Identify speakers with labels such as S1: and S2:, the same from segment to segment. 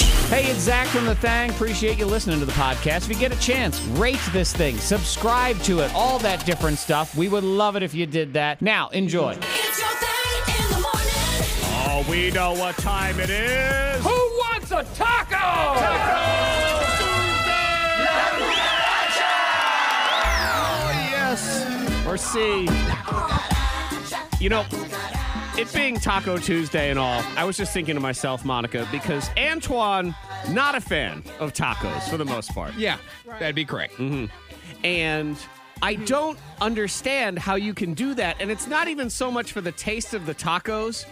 S1: Hey, it's Zach from The Thang. Appreciate you listening to the podcast. If you get a chance, rate this thing, subscribe to it, all that different stuff. We would love it if you did that. Now, enjoy.
S2: It's your thing in the morning.
S1: Oh, we know what time it is.
S3: Who wants a taco?
S1: Yes. Or C. You know, it being Taco Tuesday and all, I was just thinking to myself, Monica, because Antoine, not a fan of tacos for the most part.
S3: Yeah, that'd be correct.
S1: and I
S4: Hmm.
S1: don't understand how you can do that. And it's not even so much for the taste of the tacos.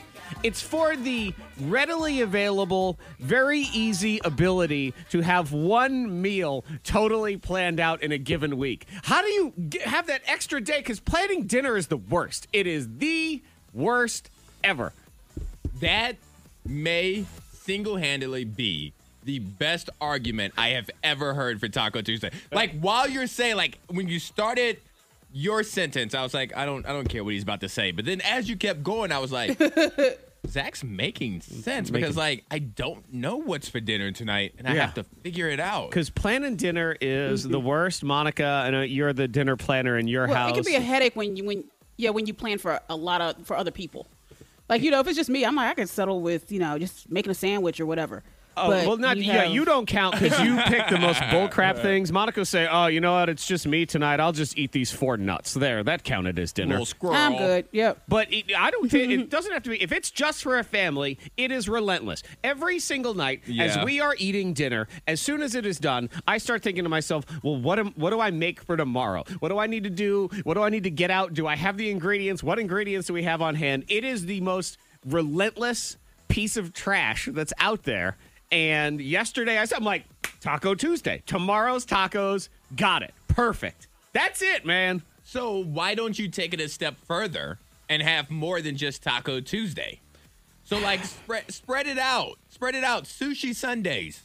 S1: It's for the readily available, very easy ability to have one meal totally planned out in a given week. How do you g have that extra day? Because planning dinner is the worst. It is the worst ever.
S3: That may single-handedly be the best argument I have ever heard for Taco Tuesday. Like while you're saying, like when you started your sentence, I was like, I don't, I don't care what he's about to say. But then as you kept going, I was like, Zach's making sense because like I don't know what's for dinner tonight, and I
S1: Yeah.
S3: have to figure it out.
S1: Because planning dinner is the worst. Monica, I know you're the dinner planner in your
S4: Mm-hmm. Well,
S1: house.
S4: it can be a headache when you when yeah when you plan for a lot of for other people. Like you know, if it's just me, I'm like I can settle with you know just making a sandwich or whatever.
S1: Oh,
S4: But
S1: well, not yeah.
S4: have-
S1: You don't count because you pick the most bullcrap things. Monica say, "Oh, you know what? It's just me tonight. I'll just eat these four nuts." There, that counted as dinner.
S3: Little squirrel.
S4: I'm good. Yep.
S1: But it, I don't think it doesn't have to be. If it's just for a family, it is relentless. Every single night, as
S3: Yeah.
S1: we are eating dinner, as soon as it is done, I start thinking to myself, "Well, what am, what do I make for tomorrow? What do I need to do? What do I need to get out? Do I have the ingredients? What ingredients do we have on hand?" It is the most relentless piece of trash that's out there. And yesterday, I said, "I'm like Taco Tuesday. Tomorrow's tacos. Got it. Perfect. That's it, man."
S3: So why don't you take it a step further and have more than just Taco Tuesday? So like spread spread it out. Spread it out. Sushi Sundays.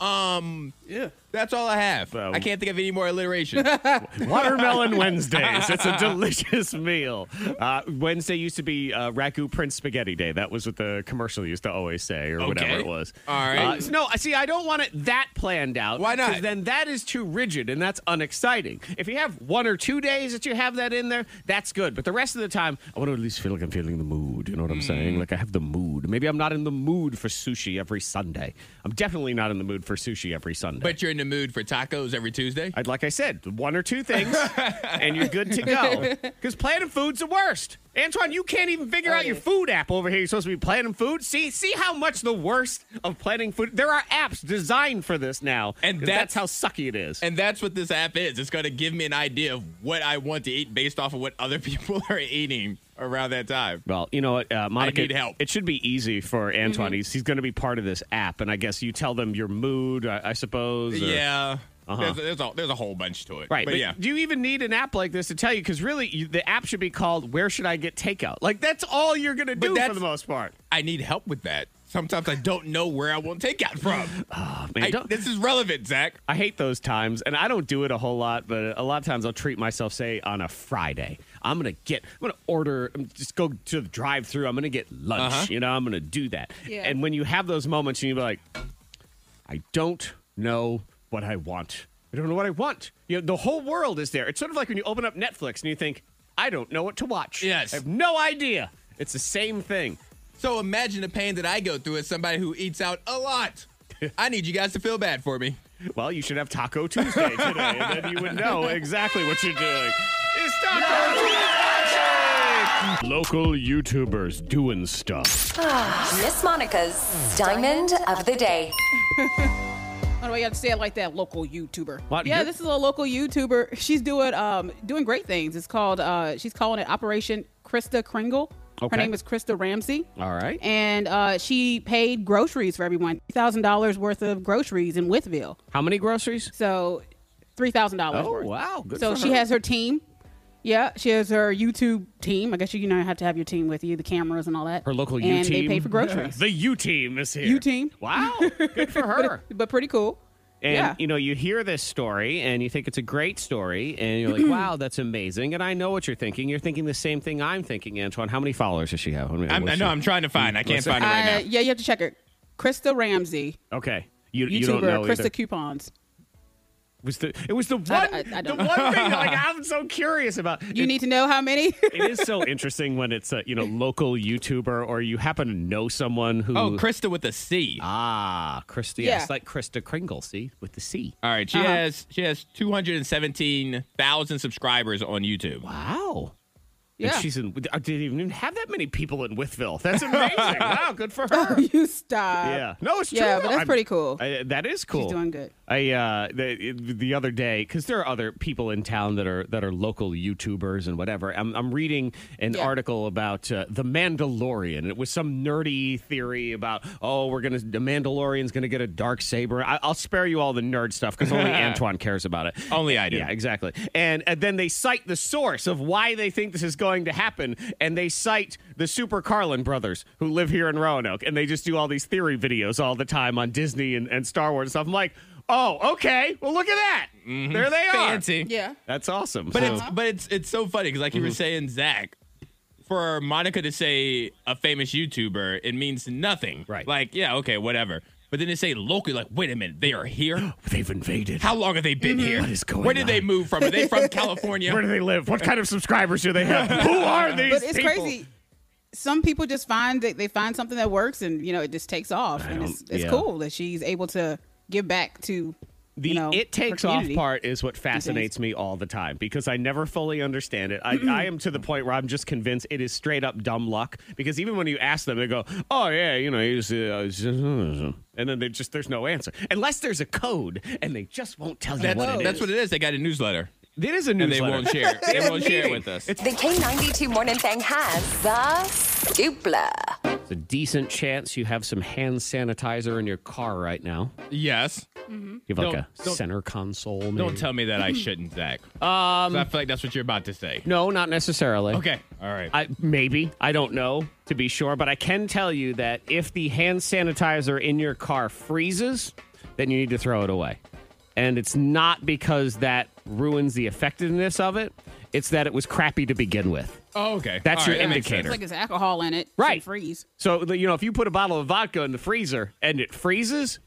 S3: Um
S1: Yeah.
S3: that's all I have.
S1: Um,
S3: I can't think of any more alliteration.
S1: Watermelon Wednesdays. It's a delicious meal. Uh, Wednesday used to be uh, Ragu Prince Spaghetti Day. That was what the commercial used to always say, or whatever
S3: Okay.
S1: it was.
S3: All right.
S1: Uh, so no, I see. I don't want it that planned out.
S3: Why not?
S1: 'cause Then that is too rigid, and that's unexciting. If you have one or two days that you have that in there, that's good. But the rest of the time, I want to at least feel like I'm feeling the mood. You know what
S3: Hmm.
S1: I'm saying? Like I have the mood. Maybe I'm not in the mood for sushi every Sunday. I'm definitely not in the mood for sushi every Sunday.
S3: but you're in the mood for tacos every Tuesday?
S1: I'd like I said, one or two things, and you're good to go. Because planning food's the worst. Antoine, you can't even figure out your
S3: Oh,
S1: food app over here. You're supposed to be planning food. See, see how much the worst of planning food. There are apps designed for this now,
S3: And
S1: 'cause that's,
S3: that's-
S1: how sucky it is.
S3: and that's what this app is. It's going to give me an idea of what I want to eat based off of what other people are eating around that time.
S1: well, you know what, uh, Monica?
S3: need help. Mm-hmm.
S1: It should be easy for Antoine. He's, he's going to be part of this app, and I guess you tell them your mood, I, I suppose. or-
S3: Yeah. There's, there's, a, there's a whole bunch to it.
S1: Uh-huh. Right.
S3: But, yeah.
S1: Do you even need an app like this to tell you? Because really, you, the app should be called Where Should I Get Takeout? Like, that's all you're going to do for
S3: that's-
S1: the most part.
S3: I need help with that. Sometimes I don't know where I want takeout from.
S1: Man,
S3: I-
S1: Uh, don't-
S3: this is relevant, Zach.
S1: I hate those times, and I don't do it a whole lot. But a lot of times, I'll treat myself, say on a Friday. I'm gonna get, I'm gonna order, I'm just go to the drive-through. I'm gonna get lunch. You know, I'm gonna do that.
S4: Yeah.
S1: And when you have those moments, and you're like, I don't know what I want. I don't know what I want. You know, the whole world is there. It's sort of like when you open up Netflix and you think, I don't know what to watch.
S3: Yes.
S1: I have no idea. It's the same thing.
S3: So imagine the pain that I go through as somebody who eats out a lot. I need you guys to feel bad for me.
S1: Well, you should have Taco Tuesday today, and then you would know exactly what you're doing. It's Taco Tuesday! Local YouTubers doing stuff.
S5: Miss Monica's Diamond of the Day.
S4: I don't know why you have to say it like that. Local YouTuber.
S1: What?
S4: Yeah,
S1: You-
S4: this is a local YouTuber. She's doing um doing great things. It's called uh she's calling it Operation Krista Kringle.
S1: Okay.
S4: Her name is Krista Ramsey.
S1: All right.
S4: And uh, she paid groceries for everyone, thousand dollars worth of groceries in Withville.
S1: How many groceries?
S4: So three thousand dollars.
S1: Oh, wow. Good
S4: so
S1: for
S4: she
S1: her.
S4: has her team. Yeah, she has her YouTube team. I guess you, you know have to have your team with you, the cameras and all that.
S1: Her local
S4: and
S1: U team.
S4: they pay for groceries.
S1: The U team is here.
S4: U team.
S1: Wow. Good for her.
S4: but pretty cool.
S1: And
S4: yeah.
S1: you know, you hear this story and you think it's a great story, and you're like, "Wow, that's amazing!" And I know what you're thinking. You're thinking the same thing I'm thinking, Antoine. How many followers does she have?
S3: I'm, I know I'm trying to find. I can't
S1: Listen.
S3: find it
S4: Uh,
S3: right now.
S4: yeah, you have to check her. Krista Ramsey.
S1: Okay. You, you don't
S4: YouTuber
S1: know
S4: Krista
S1: either.
S4: Coupons.
S1: Was the, it was the one,
S4: I- I
S1: the
S4: don't-
S1: one thing that, like I'm so curious about.
S4: You
S1: It-
S4: need to know how many?
S1: it is so interesting when it's a you know local YouTuber or you happen to know someone who
S3: Oh, Krista with a C.
S1: ah Krista
S4: Yeah.
S1: yes like Krista Kringle see with the C
S3: All right, she has she has two hundred and seventeen thousand subscribers on YouTube.
S1: wow And
S4: yeah.
S1: she's in I didn't even have that many people in Withville that's amazing wow good for her
S4: you stop.
S1: yeah no it's true
S4: Yeah, but that's
S1: I'm-
S4: pretty cool.
S1: I, that is cool
S4: doing good.
S1: I uh the, the other day because there are other people in town that are that are local YouTubers and whatever. I'm I'm reading an
S4: Yeah.
S1: article about uh, the Mandalorian. It was some nerdy theory about oh we're gonna the Mandalorian's gonna get a dark saber. I, I'll spare you all the nerd stuff because only Antoine cares about it.
S3: Only I do.
S1: Yeah, exactly. And, and then they cite the source of why they think this is going to happen, and they cite the Super Carlin brothers who live here in Roanoke, and they just do all these theory videos all the time on Disney and, and Star Wars and stuff. I'm like, oh, okay. Well, look at that. There they are.
S3: Mm-hmm. Fancy.
S4: Yeah.
S1: That's awesome.
S3: But
S1: So-
S3: it's but it's it's so funny because like you were
S1: Mm-hmm.
S3: saying, Zach, for Monica to say a famous YouTuber, it means nothing.
S1: Right.
S3: Like, yeah, okay, whatever. But then they say locally, like, wait a minute, they are here.
S1: they've invaded.
S3: How long have they been here?
S1: What is going
S3: Where did they
S1: on?
S3: move from? Are they from California?
S1: Mm-hmm. Where do they live? What kind of subscribers do they have? Who are these
S4: But it's
S1: people?
S4: crazy. Some people just find that they find something that works and, you know, it just takes off. and it's,
S1: don't-
S4: it's
S1: yeah.
S4: cool that she's able to give back to,
S1: The
S4: you know, her
S1: it takes off
S4: community.
S1: part is what fascinates me all the time because I never fully understand it. I, I am to the point where I'm just convinced it is straight up dumb luck because even when you ask them, they go, "Oh yeah, you know," you just, uh, it's just, uh," and then they just there's no answer unless there's a code and they just won't tell you
S3: That's
S1: what it is.
S3: that's what it is. They got a newsletter.
S1: it is a
S3: And
S1: newsletter.
S3: they won't share. it. They won't share it with us.
S5: The K92 Morning Thing has the dupla.
S1: It's a decent chance you have some hand sanitizer in your car right now.
S3: yes.
S1: You have like
S3: Don't-
S1: a
S3: don't-
S1: center console. Maybe.
S3: Don't tell me that I shouldn't, Zach. Um I feel like that's what you're about to say.
S1: No, not necessarily.
S3: Okay. All right.
S1: I, maybe. I don't know to be sure, but I can tell you that if the hand sanitizer in your car freezes, then you need to throw it away. And it's not because that ruins the effectiveness of it, it's that it was crappy to begin with.
S3: oh, okay.
S1: That's
S3: All
S1: your
S3: it makes sense.
S1: indicator.
S4: It's like it's alcohol in it.
S1: Right.
S4: She freeze.
S1: So, you know, if you put a bottle of vodka in the freezer and it freezes,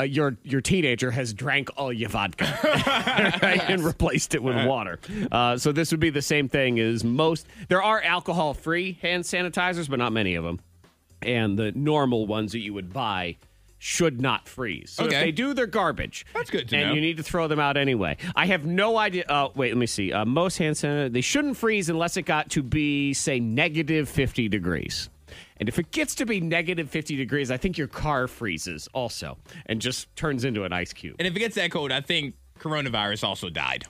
S1: uh, your your teenager has drank all your vodka right? and replaced it with water. Uh, so this would be the same thing as most. There are alcohol free hand sanitizers, but not many of them. And the normal ones that you would buy should not freeze. So if
S3: Okay.
S1: they do, they're garbage.
S3: That's good to
S1: and
S3: know.
S1: you need to throw them out anyway. I have no idea. Uh, wait, let me see. Uh, most hand sanitizer they shouldn't freeze unless it got to be say negative fifty degrees. And if it gets to be negative 50 degrees, I think your car freezes also and just turns into an ice cube.
S3: And if it gets that cold, I think coronavirus also died.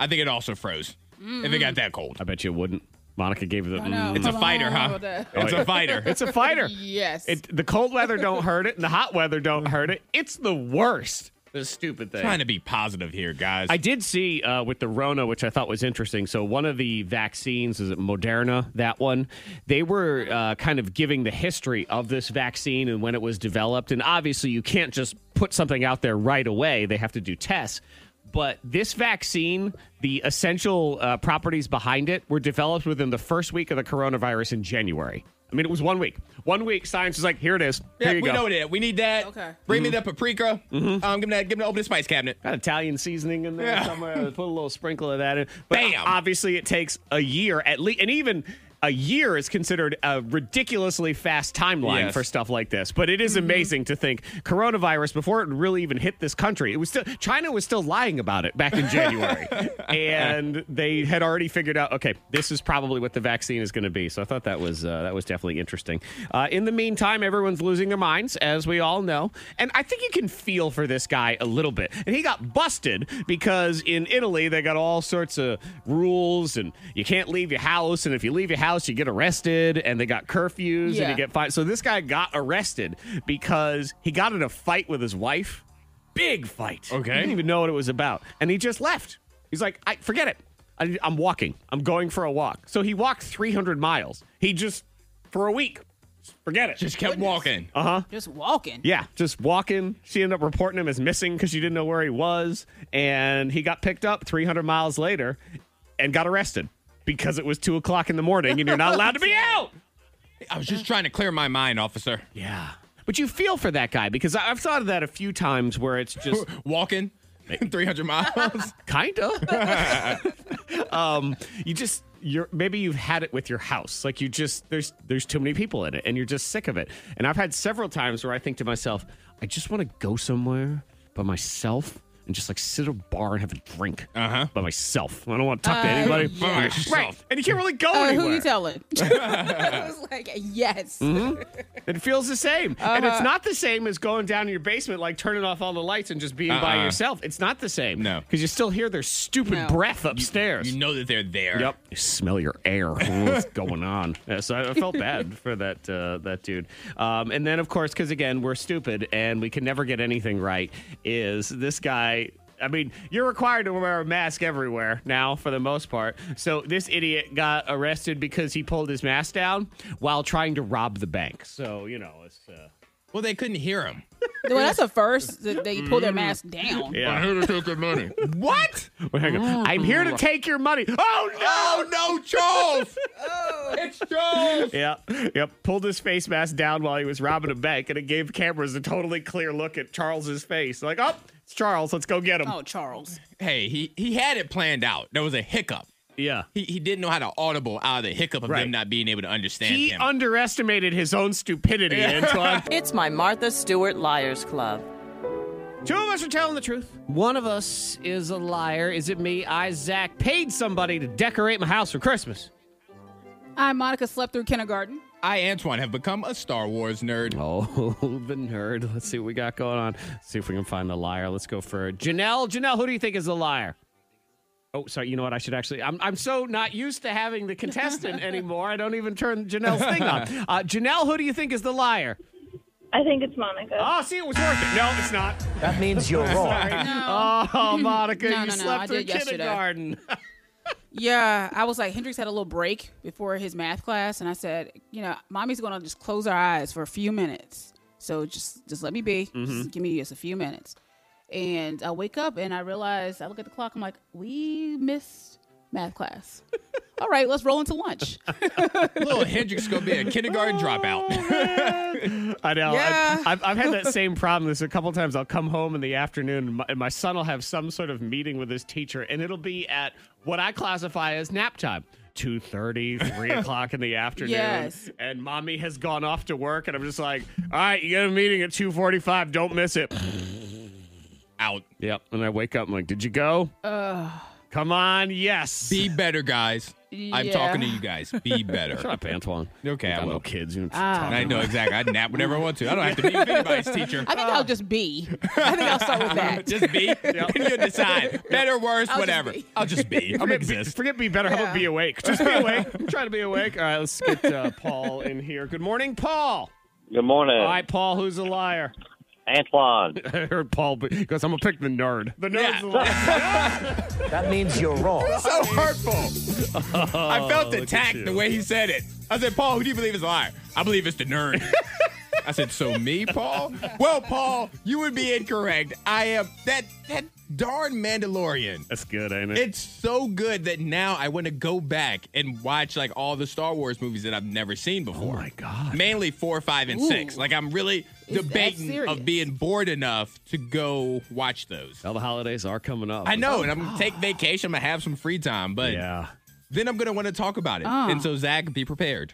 S3: I think it also froze. If it got that cold.
S1: I bet you it wouldn't. Monica gave it.
S4: No,
S3: It's a
S4: hold
S3: fighter,
S4: on,
S3: huh?
S4: hold on.
S3: It's a fighter.
S1: Oh, It's a fighter.
S4: Yes.
S1: It, the cold weather don't hurt it, and the hot weather don't hurt it. It's the worst. The stupid thing.
S3: Trying to be positive here, guys.
S1: I did see uh, with the Rona, which I thought was interesting. So one of the vaccines is it Moderna? That one, they were uh, kind of giving the history of this vaccine and when it was developed. And obviously, you can't just put something out there right away. They have to do tests. But this vaccine, the essential uh, properties behind it, were developed within the first week of the coronavirus in January. I mean, it was one week. One week, science was like, here it is.
S3: yeah,
S1: here you
S3: we
S1: go. Mm-hmm.
S3: know that. We need that.
S4: Okay.
S3: Bring me that paprika. Um, give me that. Give me the open the spice cabinet.
S1: got Italian seasoning in there
S3: Yeah.
S1: somewhere. Put a little sprinkle of that in. But
S3: Bam.
S1: obviously, it takes a year at least, and even a year is considered a ridiculously fast timeline
S3: Yes.
S1: for stuff like this. But it is amazing to think coronavirus before it really even hit this country. It was still China was still lying about it back in January, and they had already figured out. Okay, this is probably what the vaccine is going to be. So I thought that was uh, that was definitely interesting. Uh, in the meantime, everyone's losing their minds, as we all know, and I think you can feel for this guy a little bit. And he got busted because in Italy they got all sorts of rules, and you can't leave your house, and if you leave your house, you get arrested, and they got curfews, and
S4: Yeah.
S1: you get fined. So this guy got arrested because he got in a fight with his wife, big fight.
S3: Okay.
S1: he didn't even know what it was about, and he just left. He's like, I forget it. I, I'm walking. I'm going for a walk. So he walked 300 miles. He just for a week. Forget it.
S3: Just kept walking.
S1: Uh-huh.
S4: Just walking.
S1: Yeah, just walking. She ended up reporting him as missing because she didn't know where he was. And he got picked up 300 miles later and got arrested because it was two o'clock in the morning and you're not allowed to be out.
S3: I was just trying to clear my mind, officer.
S1: Yeah. But you feel for that guy because I- I've thought of that a few times where it's just
S3: Walking 300 miles.
S1: kind of. um, you just you're maybe you've had it with your house. Like you just there's there's too many people in it and you're just sick of it. And I've had several times where I think to myself, I just want to go somewhere by myself. And just like sit at a bar and have a drink uh-huh. by myself. I don't want to talk to anybody.
S3: By myself.
S1: Right. And you can't really go
S4: Uh,
S1: anywhere.
S4: who you telling? I was like, yes.
S1: Mm-hmm. It feels the same. And it's not the same as going down in your basement, like turning off all the lights and just being by
S3: Uh-uh.
S1: yourself. It's not the same.
S3: No.
S1: Because you still hear their stupid
S4: No.
S1: breath upstairs.
S3: You know that they're there.
S1: Yep. You smell your air. Hmm, What's going on? Yeah, so I felt bad for that uh, that dude. Um, and then, of course, because again, we're stupid and we can never get anything right. Is this guy? I mean, you're required to wear a mask everywhere now for the most part. So this idiot got arrested because he pulled his mask down while trying to rob the bank. So you know, it's uh,
S3: Well, they couldn't hear him.
S4: Well, that's a first that they pull their mask down.
S1: Mm-hmm. yeah.
S3: here to take your money. What?
S1: Well, hang on. I'm here to take your money. Oh no!
S3: Oh no, Charles! it's Charles!
S1: Yeah, yep. Pulled his face mask down while he was robbing a bank, and it gave cameras a totally clear look at Charles's face. Like, oh, it's Charles. Let's go get him.
S4: Oh, Charles.
S3: Hey, he he had it planned out. There was a hiccup.
S1: yeah.
S3: He he didn't know how to audible out of the hiccup of
S1: Right.
S3: them not being able to understand
S1: He
S3: him.
S1: underestimated his own stupidity, Antoine.
S6: It's my Martha Stewart Liars Club.
S1: Two of us are telling the truth. One of us is a liar. Is it me? I, Zach, paid somebody to decorate my house for Christmas.
S4: I, Monica, slept through kindergarten.
S3: I, Antoine, have become a Star Wars nerd.
S1: Oh, the nerd. Let's see what we got going on. see if we can find the liar. Let's go for Janelle. Janelle, who do you think is the liar? Oh, sorry. You know what? I should actually. I'm, I'm so not used to having the contestant anymore. I don't even turn Janelle's thing on. Uh, Janelle, who do you think is the liar?
S7: I think it's Monica.
S1: Oh, see, it was worth it. No, it's not.
S8: That means you're wrong.
S1: Oh, Monica,
S4: No,
S1: you
S4: no, no,
S1: slept
S4: I
S1: through
S4: did yesterday.
S1: kindergarten.
S4: Yeah, I was like, Hendrix had a little break before his math class, and I said, you know, mommy's gonna just close her eyes for a few minutes, so just just let me be,
S1: Mm-hmm.
S4: just give me just a few minutes. And I wake up and I realize I look at the clock. I'm like, we missed math class. All right, let's roll into lunch.
S3: Little Hendrix gonna be a kindergarten dropout.
S1: I know.
S4: Yeah.
S1: I've, I've, I've had that same problem. There's a couple times I'll come home in the afternoon and my, and my son will have some sort of meeting with his teacher, and it'll be at what I classify as nap time. 2.30 3 o'clock in the afternoon
S4: Yes.
S1: and mommy has gone off to work and i'm just like all right you got a meeting at 2.45 don't miss it
S3: Out.
S1: yep and i wake up i'm like did you go come on yes
S3: Be better, guys. I'm
S4: Yeah.
S3: talking to you guys. Be better.
S1: shut up antoine
S3: Okay,
S1: You got
S3: I
S1: no
S3: will.
S1: kids you don't
S4: Ah.
S3: And I know exactly. I nap whenever I want to. I don't have to be anybody's teacher.
S4: I think I'll just be. I think I'll start with that.
S3: Just be. And you decide. Better, worse,
S4: just
S3: whatever.
S4: be.
S3: I'll just be. I'm
S1: Forget be,
S3: exist.
S1: forget be better. How about
S4: Yeah.
S1: be awake? Just be awake. I'm trying to be awake. All right, let's get uh, Paul in here. Good morning, Paul.
S9: Good morning,
S1: All right, Paul, who's a liar?
S9: Antoine.
S1: I heard Paul because I'm going to pick the nerd. The nerd's
S3: Yeah.
S1: the liar.
S8: That means you're wrong.
S3: so hurtful.
S1: Oh,
S3: I felt attacked the way he said it. I said, Paul, who do you believe is a liar? I believe it's the nerd. I said, so me, Paul? Well, Paul, you would be incorrect. I am that that darn Mandalorian.
S1: That's good, ain't it?
S3: It's so good that now I want to go back and watch like all the Star Wars movies that I've never seen before.
S1: Oh, my God.
S3: Mainly four, five, and six.
S4: Ooh.
S3: Like I'm really
S4: Is that
S3: debating
S4: serious?
S3: of being bored enough to go watch those.
S1: Well, the holidays are coming up.
S3: I know, and I'm gonna take vacation. I'm gonna have some free time, but
S1: Oh. Yeah.
S3: then I'm gonna want to talk about it.
S4: Ah.
S3: And so, Zach, be prepared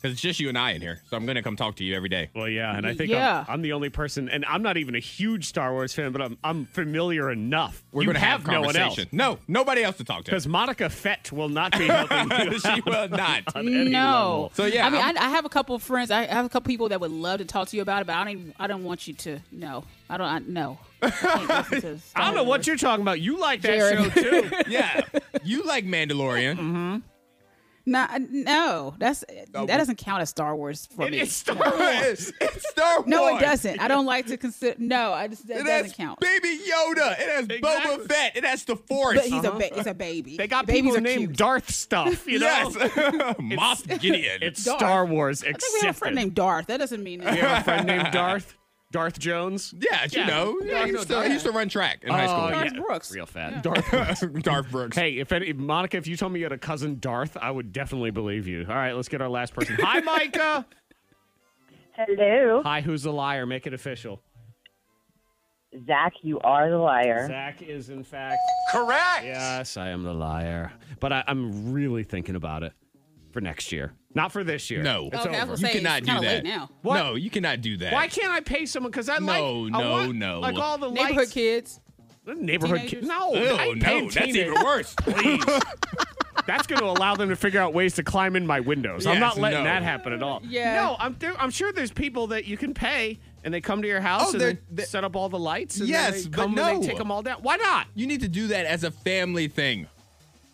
S3: because it's just you and I in here. So I'm gonna come talk to you every day.
S1: Well, yeah, and I think
S4: Yeah.
S1: I'm, I'm the only person, and I'm not even a huge Star Wars fan, but I'm, I'm familiar enough.
S3: We're
S1: you
S3: gonna have,
S1: no one
S3: conversation.
S1: else.
S3: No, nobody else to talk to.
S1: Because Monica Fett will not be helping you.
S3: she will not.
S1: on any
S4: no.
S1: level.
S3: So, yeah,
S4: I mean,
S3: I'm-
S4: I, I have a couple of friends. I have a couple people that would love to talk to you about it, but I don't. even- I don't want you to. No, I don't. I, no. I, can't listen to
S1: I don't know what you're talking about. You like that
S4: Jared.
S1: show too.
S3: yeah, you like Mandalorian.
S1: Mm-hmm.
S4: No, no, that's that doesn't count as Star Wars for
S1: Oh, It
S4: me.
S1: is Star Wars.
S3: It's, it's Star Wars.
S4: No, it doesn't. I don't like to consider. No, I just that
S3: It has
S4: doesn't count.
S3: Baby Yoda. It has
S1: Exactly.
S3: Boba Fett. It has the Force.
S4: But he's a ba- he's a baby.
S1: Uh-huh. They got
S4: Babies
S1: people
S4: are
S1: named
S4: cute.
S1: Darth stuff, you know?
S3: yes, Moff Gideon.
S1: It's
S4: Darth.
S1: Star Wars
S4: I think we have a
S1: accepted.
S4: friend named Darth. That doesn't mean.
S1: We have a friend named Darth. Darth Jones.
S3: yeah, you
S1: Yeah.
S3: know, yeah,
S1: Darth-
S3: he, used to, he used to run track in high
S1: Oh,
S3: school.
S4: Darth
S1: yeah.
S4: Brooks.
S1: Real fat. Darth Brooks.
S3: Darth Brooks.
S1: hey, if any, Monica, if you told me you had a cousin Darth, I would definitely believe you. All right, let's get our last person. Hi, Micah.
S10: Hello.
S1: Hi, who's the liar? Make it official.
S10: Zach, you are the liar.
S1: Zach is, in fact.
S11: Correct.
S1: Yes, I am the liar. But I, I'm really thinking about it for next year. Not for this year.
S3: No.
S1: It's
S4: Oh, that's
S1: over.
S4: what
S3: You
S4: Say,
S3: cannot
S4: it's
S3: do
S4: kinda
S3: that.
S4: late now.
S1: What?
S3: No, you cannot do that.
S1: Why can't I pay someone? Because I like.
S3: No,
S1: I
S3: no,
S1: want,
S3: no.
S1: Like all the lights.
S4: Neighborhood kids.
S1: Neighborhood kid-
S4: Teenagers.
S1: No.
S3: Ew,
S1: I ain't
S3: no,
S1: paying
S3: that's
S1: teenagers.
S3: even worse. Please.
S1: That's going to allow them to figure out ways to climb in my windows. I'm
S3: Yes,
S1: not letting
S3: no.
S1: that happen at all.
S4: Yeah.
S1: No, I'm. There, I'm sure there's people that you can pay, and they come to your house
S3: Oh,
S1: and
S3: they're-
S1: they
S3: they're-
S1: set up all the lights. And
S3: Yes,
S1: then they
S3: but
S1: come and
S3: no.
S1: they take them all down. Why not?
S3: you need to do that as a family thing.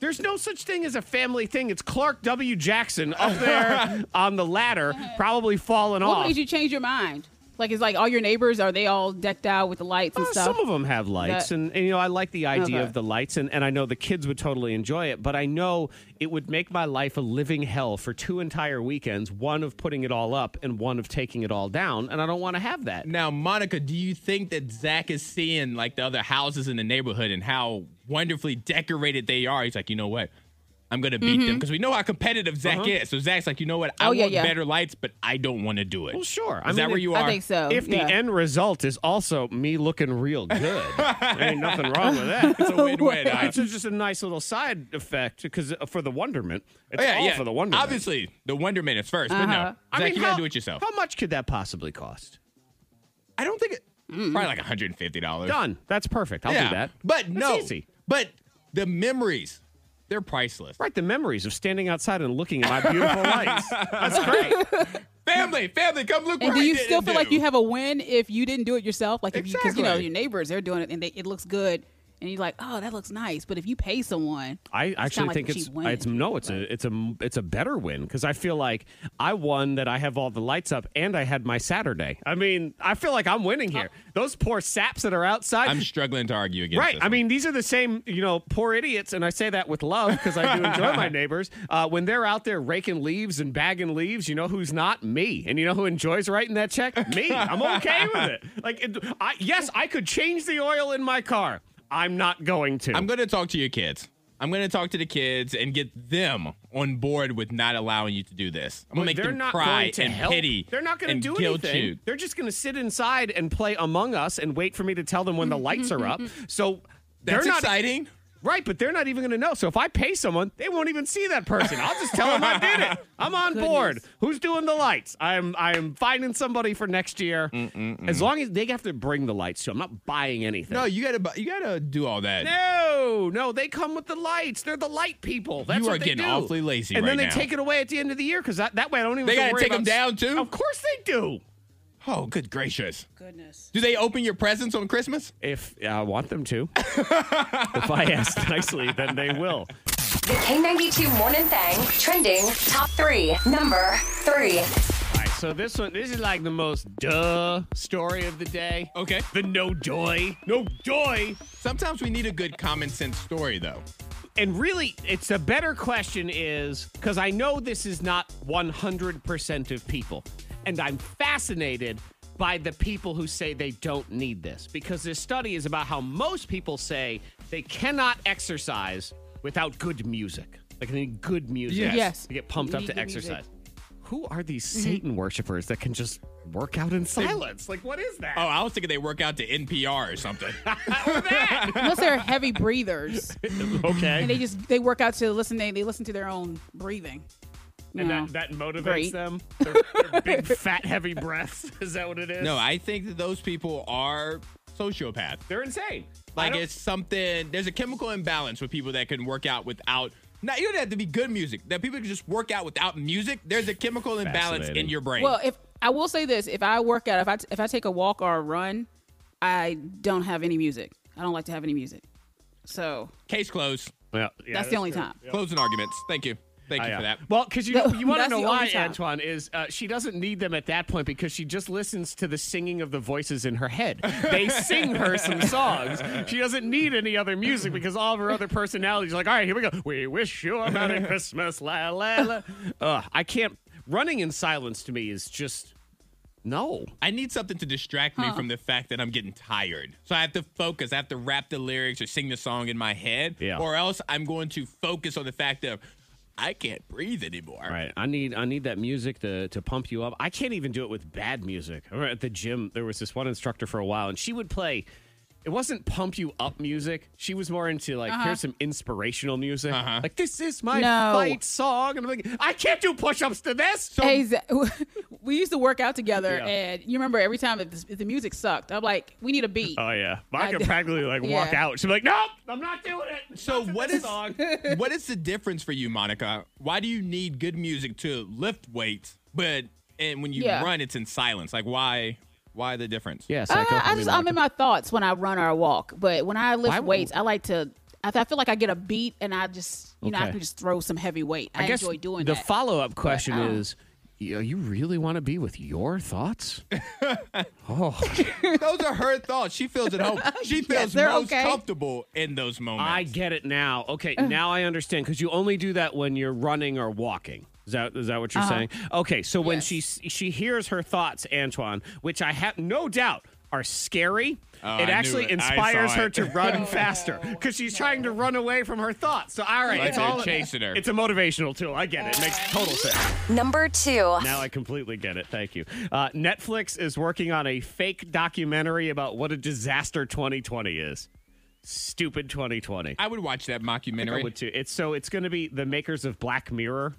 S1: There's no such thing as a family thing. It's Clark W. Jackson up there on the ladder, probably falling
S4: What
S1: off.
S4: made you change your mind? Like it's like all your neighbors are they all decked out with the lights and
S1: Uh,
S4: stuff?
S1: Some of them have lights,
S4: That-
S1: and, and, you know I like the idea
S4: Okay.
S1: of the lights, and, and I know the kids would totally enjoy it, but I know it would make my life a living hell for two entire weekends, one of putting it all up and one of taking it all down, and I don't want to have that.
S3: Now, Monica, do you think that Zach is seeing like the other houses in the neighborhood and how wonderfully decorated they are? He's like, you know what? I'm gonna beat them because we know how competitive Zach is. So Zach's like, you know what? I
S4: Oh,
S3: want
S4: yeah, yeah.
S3: better lights, but I don't want to do it.
S1: Well, sure.
S3: Is
S1: I
S3: that
S1: mean,
S3: where
S1: if-
S3: you are?
S4: I think so.
S1: If
S4: yeah.
S1: the end result is also me looking real good, ain't nothing wrong with that.
S3: It's a win-win. uh, I-
S1: It's just a nice little side effect because for the wonderment, it's
S3: Oh, yeah,
S1: all
S3: yeah.
S1: for the wonderment.
S3: Obviously, the wonderment is 1st but no,
S4: Uh-huh.
S3: Zach, you gotta do it yourself.
S1: How much could that possibly cost?
S3: I don't think it, probably like 150 dollars.
S1: Done. That's perfect. I'll do that.
S3: But
S1: That's
S3: no,
S1: easy.
S3: but the memories, they're priceless.
S1: Right, the memories of standing outside and looking at my beautiful lights. That's great.
S3: Family, family, come look.
S4: and
S3: what
S4: do
S3: I
S4: you
S3: did
S4: still
S3: and
S4: feel like
S3: do.
S4: you have a win if you didn't do it yourself? Like because you, know
S3: Exactly.
S4: your neighbors they're doing it and they, it looks good, and you're like, oh, that looks nice. But if you pay someone,
S1: I
S4: kinda
S1: actually
S4: like
S1: think
S4: a
S1: it's
S4: cheap win.
S1: it's no, it's a it's a it's a better win because I feel like I won that I have all the lights up and I had my Saturday. I mean, I feel like I'm winning here.
S4: Uh,
S1: Those poor saps that are outside.
S3: I'm struggling to argue against.
S1: Right.
S3: this
S1: I
S3: one.
S1: mean, these are the same, you know, poor idiots, and I say that with love because I do enjoy my neighbors. Uh, when they're out there raking leaves and bagging leaves, you know who's not me, and you know who enjoys writing that check? Me. I'm okay with it. Like, it, I, yes, I could change the oil in my car. I'm not going to.
S3: I'm going to talk to your kids. I'm going to talk to the kids and get them on board with not allowing you to do this. I'm going to make
S1: they're
S3: them
S1: not
S3: cry
S1: going to
S3: and
S1: help.
S3: pity.
S1: They're not going
S3: and
S1: to do
S3: guilt
S1: anything.
S3: you.
S1: They're just going to sit inside and play Among Us and wait for me to tell them when the lights are up. So
S3: That's
S1: they're not
S3: exciting.
S1: Right, but they're not even going to know. So if I pay someone, they won't even see that person. I'll just tell them I did it. I'm on board. Who's doing the lights? I'm I'm finding somebody for next year. As long as they have to bring the lights to. I'm not buying anything.
S3: No, you got to you got to do all that.
S1: No, no, they come with the lights. They're the light people. That's
S3: You
S1: what
S3: are
S1: they
S3: getting
S1: do.
S3: awfully lazy
S1: And then
S3: right
S1: they
S3: now.
S1: take it away at the end of the year because that, that way I don't even.
S3: They
S1: got to
S3: gotta take
S1: about-
S3: 'em down, too?
S1: Of course they do.
S3: Oh, good gracious.
S4: goodness.
S3: Do they open your presents on Christmas?
S1: If I want them to, if I ask nicely, then they will.
S5: The K92 Morning Thang trending top three. Number three.
S1: All right, so this one, this is like the most duh story of the day.
S3: Okay.
S1: The no joy, no joy.
S3: Sometimes we need a good common sense story though.
S1: And really, it's a better question is because I know this is not 100% of people, and I'm fascinated by the people who say they don't need this because this study is about how most people say they cannot exercise without good music. Like they need good music
S3: Yes.
S4: Yes.
S1: to get pumped
S4: You
S1: up
S4: need
S1: to
S4: good music.
S1: exercise. Who are these Satan worshippers that can just work out in silence? Like, what is that?
S3: Oh, I was thinking they work out to NPR or something.
S4: Unless they're heavy breathers
S1: okay.
S4: and they just they work out to listen they, they listen to their own breathing. You
S1: And
S4: know.
S1: that, that motivates
S4: Great.
S1: them. Their, their big, fat, heavy breaths. Is that what it is?
S3: no, I think that those people are sociopaths.
S1: They're insane. I
S3: Like
S1: don't-
S3: it's something. There's a chemical imbalance with people that can work out without. Not you don't have to be good music. That people can just work out without music. There's a chemical imbalance in
S1: Fascinating.
S3: your brain.
S4: Well, if I will say this, if I work out, if I t- if I take a walk or a run, I don't have any music. I don't like to have any music. So
S3: Case closed.
S1: Yeah, yeah, Ah,
S4: that's the only time.
S3: Closing arguments. Thank you. Thank you
S1: Yeah.
S3: for that.
S1: Well, because you you want to
S4: That's
S1: know
S4: the only
S1: why
S4: time.
S1: Antoine is uh, she doesn't need them at that point because she just listens to the singing of the voices in her head. They sing her some songs. She doesn't need any other music because all of her other personalities are like, all right, here we go. We wish you a merry Christmas, la la la. Ugh, I can't. Running in silence to me is just no.
S3: I need something to distract me from the fact that I'm getting tired. So I have to focus. I have to rap the lyrics or sing the song in my head.
S1: Yeah.
S3: Or else I'm going to focus on the fact that I can't breathe anymore.
S1: All right, I need I need that music to to pump you up. I can't even do it with bad music. I remember at the gym, there was this one instructor for a while, and she would play. It wasn't pump you up music. She was more into like here's some inspirational music. Like this is my
S4: Uh-huh. No.
S1: fight song, and I'm like, I can't do push-ups to this. So
S4: Hey, Z- we used to work out together,
S1: Oh, Yeah.
S4: and you remember every time if, this, if the music sucked, I'm like, we need a beat.
S1: Oh yeah, I could
S4: I-
S1: practically like walk
S4: Yeah.
S1: out. She's like, nope, I'm not doing it.
S3: So
S1: Not to
S3: what
S1: this
S3: is what is the difference for you, Monica? Why do you need good music to lift weights, but and when you
S4: Yeah.
S3: run, it's in silence? Like why? Why the difference?
S1: Yeah,
S4: Uh,
S1: psycho.
S4: I just, I'm in my thoughts when I run or walk, but when I lift
S1: Why-
S4: weights, I like to. I, I feel like I get a beat, and I just, you know, I
S1: Okay.
S4: can just throw some heavy weight. I, enjoy doing
S1: the
S4: that. oh.
S1: follow-up question
S4: ow.
S1: is, you, you really want to be with your thoughts? oh,
S3: Those are her thoughts. She feels at home. She feels
S4: they're
S3: most
S4: okay.
S3: comfortable in those moments.
S1: I get it now. Okay, now I understand because you only do that when you're running or walking. Is that is that what
S3: Uh-huh.
S1: you're saying? Okay, so when she she hears her thoughts, Antoine, which I have no doubt are scary.
S3: Oh, I
S1: it
S3: knew
S1: actually
S3: it. I
S1: inspires
S3: saw
S1: her
S3: it.
S1: to run faster because she's trying to run away from her thoughts. So all right,
S3: Like
S1: it's
S3: they're
S1: all
S3: chasing her.
S1: It's a motivational tool. I get it. It makes total sense.
S5: Number two.
S1: Now I completely get it. Thank you. Uh, Netflix is working on a fake documentary about what a disaster 2020 is. Stupid 2020.
S3: I would watch that mockumentary.
S1: I would too. It's so it's going to be the makers of Black Mirror,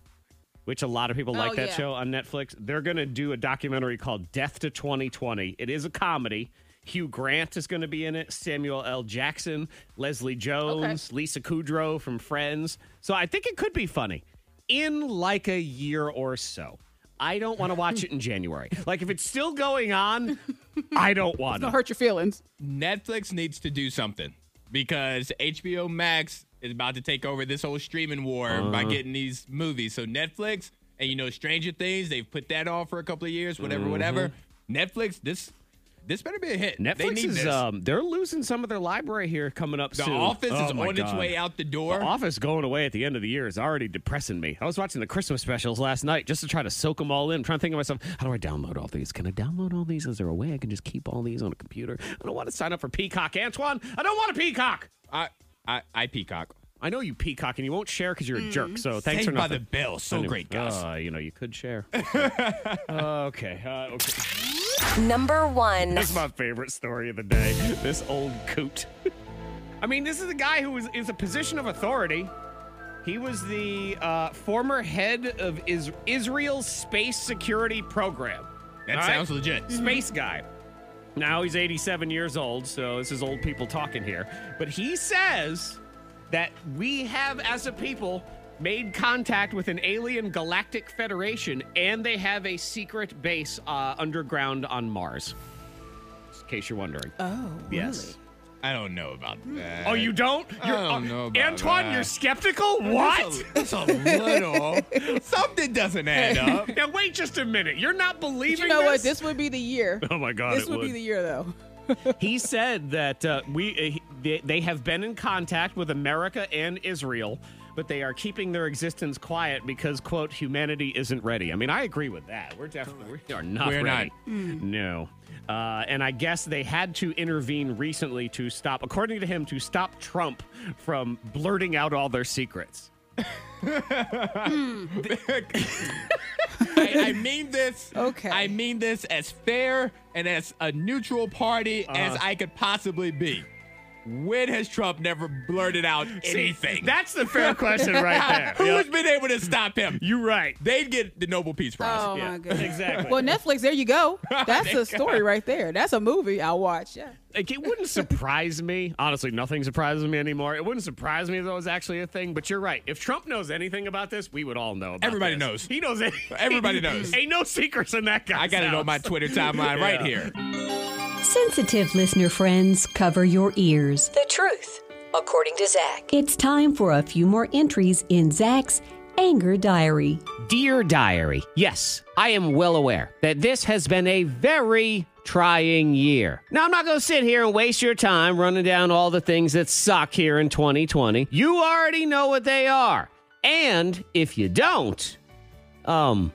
S1: which a lot of people like that
S4: yeah.
S1: show on Netflix. They're going to do a documentary called Death to 2020. It is a comedy. Hugh Grant is going to be in it. Samuel L. Jackson, Leslie Jones, Lisa Kudrow from Friends. So I think it could be funny in like a year or so. I don't want to watch it in January. Like if it's still going on, I don't want
S4: Don't
S1: to.
S4: hurt your feelings.
S3: Netflix needs to do something because HBO Max is about to take over this whole streaming war by
S1: Uh-huh.
S3: getting these movies. So Netflix and you know Stranger Things, they've put that on for a couple of years, whatever, whatever. Netflix, this this better be a hit. they
S1: Mm-hmm. Netflix
S3: need
S1: is
S3: this.
S1: um they're losing some of their library here coming up
S3: the
S1: soon.
S3: office
S1: Oh
S3: is
S1: my
S3: on its
S1: God.
S3: way out the door.
S1: The office going away at the end of the year is already depressing me. I was watching the Christmas specials last night just to try to soak them all in. trying to think of myself, how do I download all these? Can I download all these? Is there a way I can just keep all these on a computer? I don't want to sign up for Peacock, Antoine. I don't want a Peacock.
S3: I, I I peacock.
S1: I know you Peacock and you won't share because you're a jerk. So thanks
S3: Mm. Saved
S1: for
S3: by
S1: nothing.
S3: the bell, so
S1: Anyway,
S3: great, Gus.
S1: Uh, you know, you could share. okay. Uh, okay.
S5: Number one.
S1: This is my favorite story of the day. This old coot. I mean, this is a guy who is, is a position of authority. He was the uh, former head of is- Israel's space security program.
S3: that
S1: All right?
S3: sounds legit.
S1: Space guy. Now he's 87 years old, so this is old people talking here. But he says that we have, as a people, made contact with an alien galactic federation, and they have a secret base uh, underground on Mars. Just in case you're wondering.
S4: Oh,
S1: yes.
S3: I don't know about that.
S1: Oh, you don't? You're,
S3: don't know about
S1: Antoine,
S3: that.
S1: you're skeptical?
S3: It's
S1: What?
S3: a- It's a, little. Something doesn't add up.
S1: now wait just a minute. You're not
S4: But
S1: believing
S4: you know what?
S1: this?
S4: This would be the year.
S1: Oh my God,
S4: This
S1: it
S4: would, be
S1: would.
S4: the year, though.
S1: he said that uh, we uh, he- they, they have been in contact with America and Israel, but they are keeping their existence quiet because quote humanity isn't ready. I mean, I agree with that. We're definitely we are not
S3: We're
S1: ready. Mm. No. Uh, and I guess they had to intervene recently to stop, according to him, to stop Trump from blurting out all their secrets.
S3: I, I mean this.
S4: Okay.
S3: I mean this as fair and as a neutral party
S4: Uh-huh.
S3: as I could possibly be. When has Trump never blurted out anything?
S1: That's the fair question right
S3: Who
S1: there.
S3: has been able to stop him?
S1: You're right.
S3: They'd get the Nobel Peace Prize.
S4: Oh my goodness.
S1: Exactly.
S4: Well, Netflix, there you go. That's a story right there. That's a movie I'll watch. Yeah.
S1: Like, it wouldn't surprise me. Honestly, nothing surprises me anymore. It wouldn't surprise me if that was actually a thing. But you're right. If Trump knows anything about this, we would all know. About
S3: Everybody
S1: this.
S3: knows.
S1: He knows. Any-
S3: Everybody knows.
S1: Ain't no secrets in that guy.
S3: I got it on my Twitter timeline right
S1: Yeah.
S3: here.
S11: Sensitive listener friends, cover your ears.
S2: The truth, according to Zach.
S11: It's time for a few more entries in Zach's Anger Diary.
S1: Dear Diary, yes, I am well aware that this has been a very trying year. Now, I'm not going to sit here and waste your time running down all the things that suck here in 2020. You already know what they are. And if you don't, um,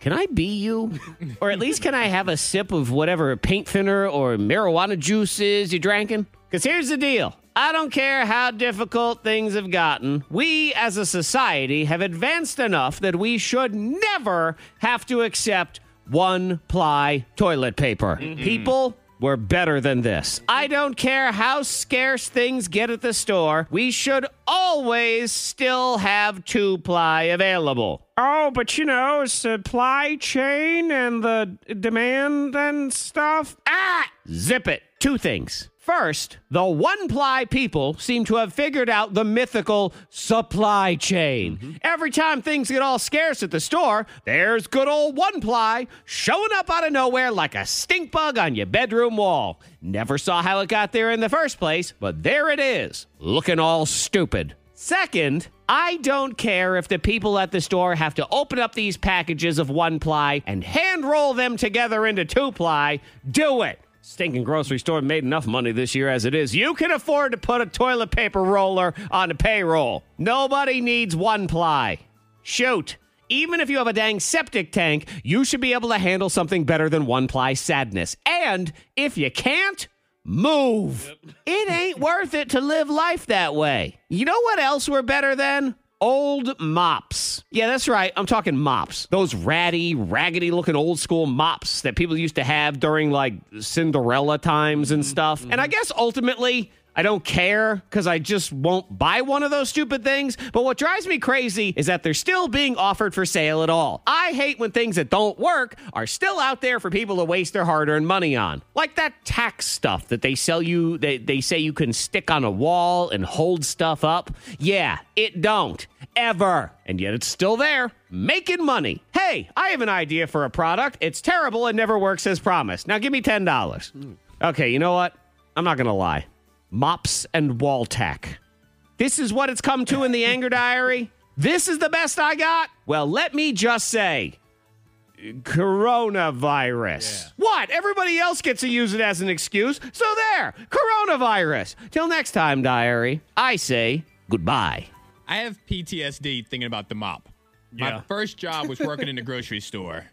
S1: can I be you? or at least can I have a sip of whatever paint thinner or marijuana juice is you're drinking? Because here's the deal I don't care how difficult things have gotten. We as a society have advanced enough that we should never have to accept one ply toilet paper. People, we're better than this. I don't care how scarce things get at the store, we should always still have two ply available. Oh, but you know, supply chain and the demand and stuff. Ah! Zip it. Two things. First, the one ply people seem to have figured out the mythical supply chain. Every time things get all scarce at the store, there's good old one ply showing up out of nowhere like a stink bug on your bedroom wall. Never saw how it got there in the first place, but there it is, looking all stupid. Second, I don't care if the people at the store have to open up these packages of one ply and hand roll them together into two ply. Do it. Stinking grocery store made enough money this year as it is. You can afford to put a toilet paper roller on the payroll. Nobody needs one ply. Shoot. Even if you have a dang septic tank, you should be able to handle something better than one ply sadness. And if you can't, Move. It ain't worth it to live life that way. You know what else we're better than? Old mops. Yeah, that's right. I'm talking mops. Those ratty, raggedy looking old school mops that people used to have during like Cinderella times and stuff. And I guess ultimately, I don't care because I just won't buy one of those stupid things. But what drives me crazy is that they're still being offered for sale at all. I hate when things that don't work are still out there for people to waste their hard earned money on. Like that tax stuff that they sell you, they, they say you can stick on a wall and hold stuff up. Yeah, it don't. Ever. And yet it's still there, making money. Hey, I have an idea for a product. It's terrible and never works as promised. Now give me $10. Okay, you know what? I'm not going to lie mops and wall tack. This is what it's come to in the anger diary. This is the best I got. Well, let me just say coronavirus. What? Everybody else gets to use it as an excuse. So there, coronavirus. Till next time, diary, I say goodbye.
S3: I have PTSD thinking about the mop. My first job was working in the grocery store.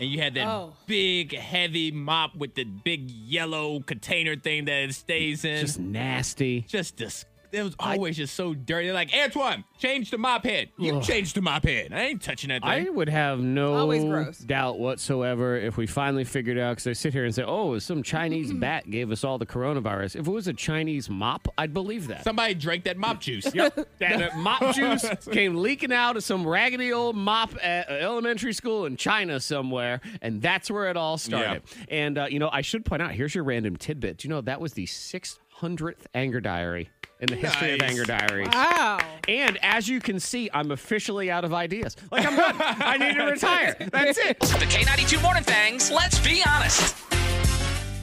S3: And you had that
S4: Oh.
S3: big, heavy mop with the big yellow container thing that it stays in.
S1: Just nasty.
S3: just dis- it was always just so dirty. They're like, Antoine, change the mop head. You change the mop head. I ain't touching that
S1: I
S3: thing.
S1: would have
S4: Always
S1: no
S4: gross.
S1: doubt whatsoever if we finally figured out because they sit here and say, "Oh, some Chinese bat gave us all the coronavirus." If it was a Chinese mop, I'd believe that.
S3: Somebody drank that mop juice.
S1: that uh, mop juice came leaking out of some raggedy old mop at uh, elementary school in China somewhere, and that's where it all started. And uh, you know, I should point out here's your random tidbit. Do you know that was the 600th anger diary in the history of
S3: Nice.
S1: anger diaries?
S4: Wow.
S1: And as you can see, I'm officially out of ideas. Like I'm done. I need to retire. That's it.
S12: The K92 Morning Thangs, let's be honest.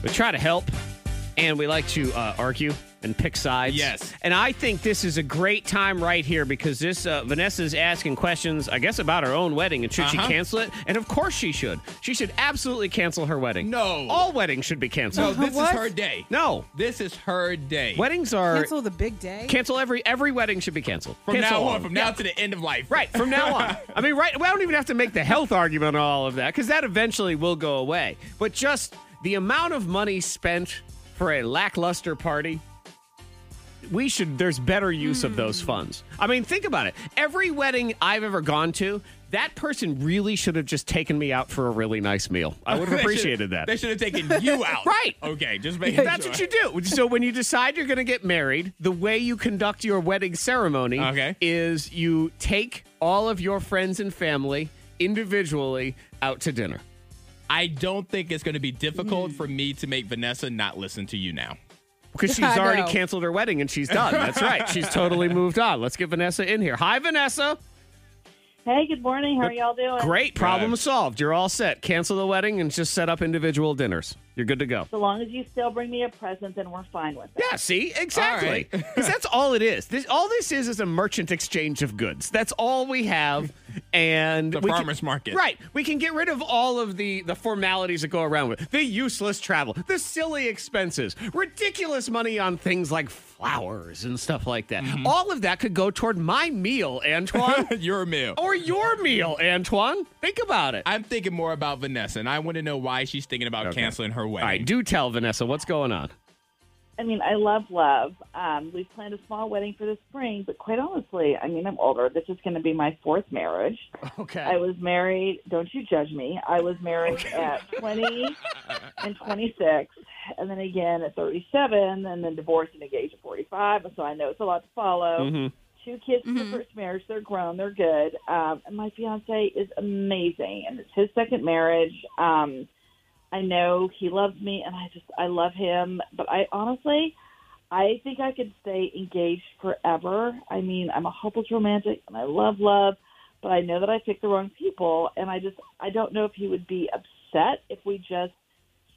S1: We try to help, and we like to uh, argue and pick sides.
S3: Yes.
S1: And I think this is a great time right here because this uh, Vanessa's asking questions, I guess, about her own wedding and should
S3: Uh-huh.
S1: she cancel it? And of course she should. She should absolutely cancel her wedding.
S3: No.
S1: all weddings should be
S3: No,
S1: canceled.
S3: this is
S4: What?
S3: her day.
S1: No.
S3: This is her day.
S1: weddings are cancel,
S4: Cancel the big day.
S1: every every wedding should be canceled
S3: From
S1: Cancel
S3: now
S1: all
S3: on,
S1: of them.
S3: from now to the end of life.
S1: Right, from now on. I mean, right, we don't even have to make the health argument on all of that because that eventually will go away. But just the amount of money spent for a lackluster party, we should, there's better use of those funds. I mean, think about it. Every wedding I've ever gone to, that person really should have just taken me out for a really nice meal. I would
S3: They
S1: have
S3: should-
S1: appreciated that.
S3: They should have taken you out.
S1: Right.
S3: Okay, just make
S1: That's what you do. So when you decide you're going to get married, the way you conduct your wedding ceremony
S3: Okay.
S1: is you take all of your friends and family individually out to dinner.
S3: I don't think it's going to be difficult
S1: Mm.
S3: for me to make Vanessa not listen to you now.
S1: Because she's
S4: I
S1: already
S4: know.
S1: canceled her wedding and she's done. That's right. She's totally moved on. Let's get Vanessa in here. Hi, Vanessa.
S7: Hey, good morning. How are y'all doing?
S1: Great. Problem
S3: Right.
S1: solved. You're all set. Cancel the wedding and just set up individual dinners. You're good to go.
S7: So long as you still bring me a present, then we're fine with it.
S1: Yeah, see? Exactly.
S3: All
S1: Because that's all it is. This, all this is is a merchant exchange of goods. That's all we have. And
S3: The
S1: we can-
S3: farmer's market.
S1: Right. We can get rid of all of the, the formalities that go around with it. the useless travel, the silly expenses, ridiculous money on things like flowers and stuff like that.
S3: Mm-hmm.
S1: All of that could go toward my meal, Antoine.
S3: Your meal.
S1: or your meal, Antoine. Think about it.
S3: I'm thinking more about Vanessa, and I want to know why she's thinking about canceling her wedding.
S1: all right, do tell Vanessa what's going on.
S7: I mean, I love love. Um, we've planned a small wedding for the spring, but quite honestly, I mean, I'm older. This is going to be my fourth marriage.
S13: Okay.
S7: I was married, don't you judge me. I was married at 20 and 26, and then again at 37, and then divorced and engaged at 45. So I know it's a lot to follow.
S14: Mhm.
S7: Two kids from the first marriage. They're grown. They're good. Um, and my fiance is amazing, and it's his second marriage. Um, I know he loves me, and I just I love him. But I honestly, I think I could stay engaged forever. I mean, I'm a hopeless romantic, and I love love, but I know that I picked the wrong people, and I just I don't know if he would be upset if we just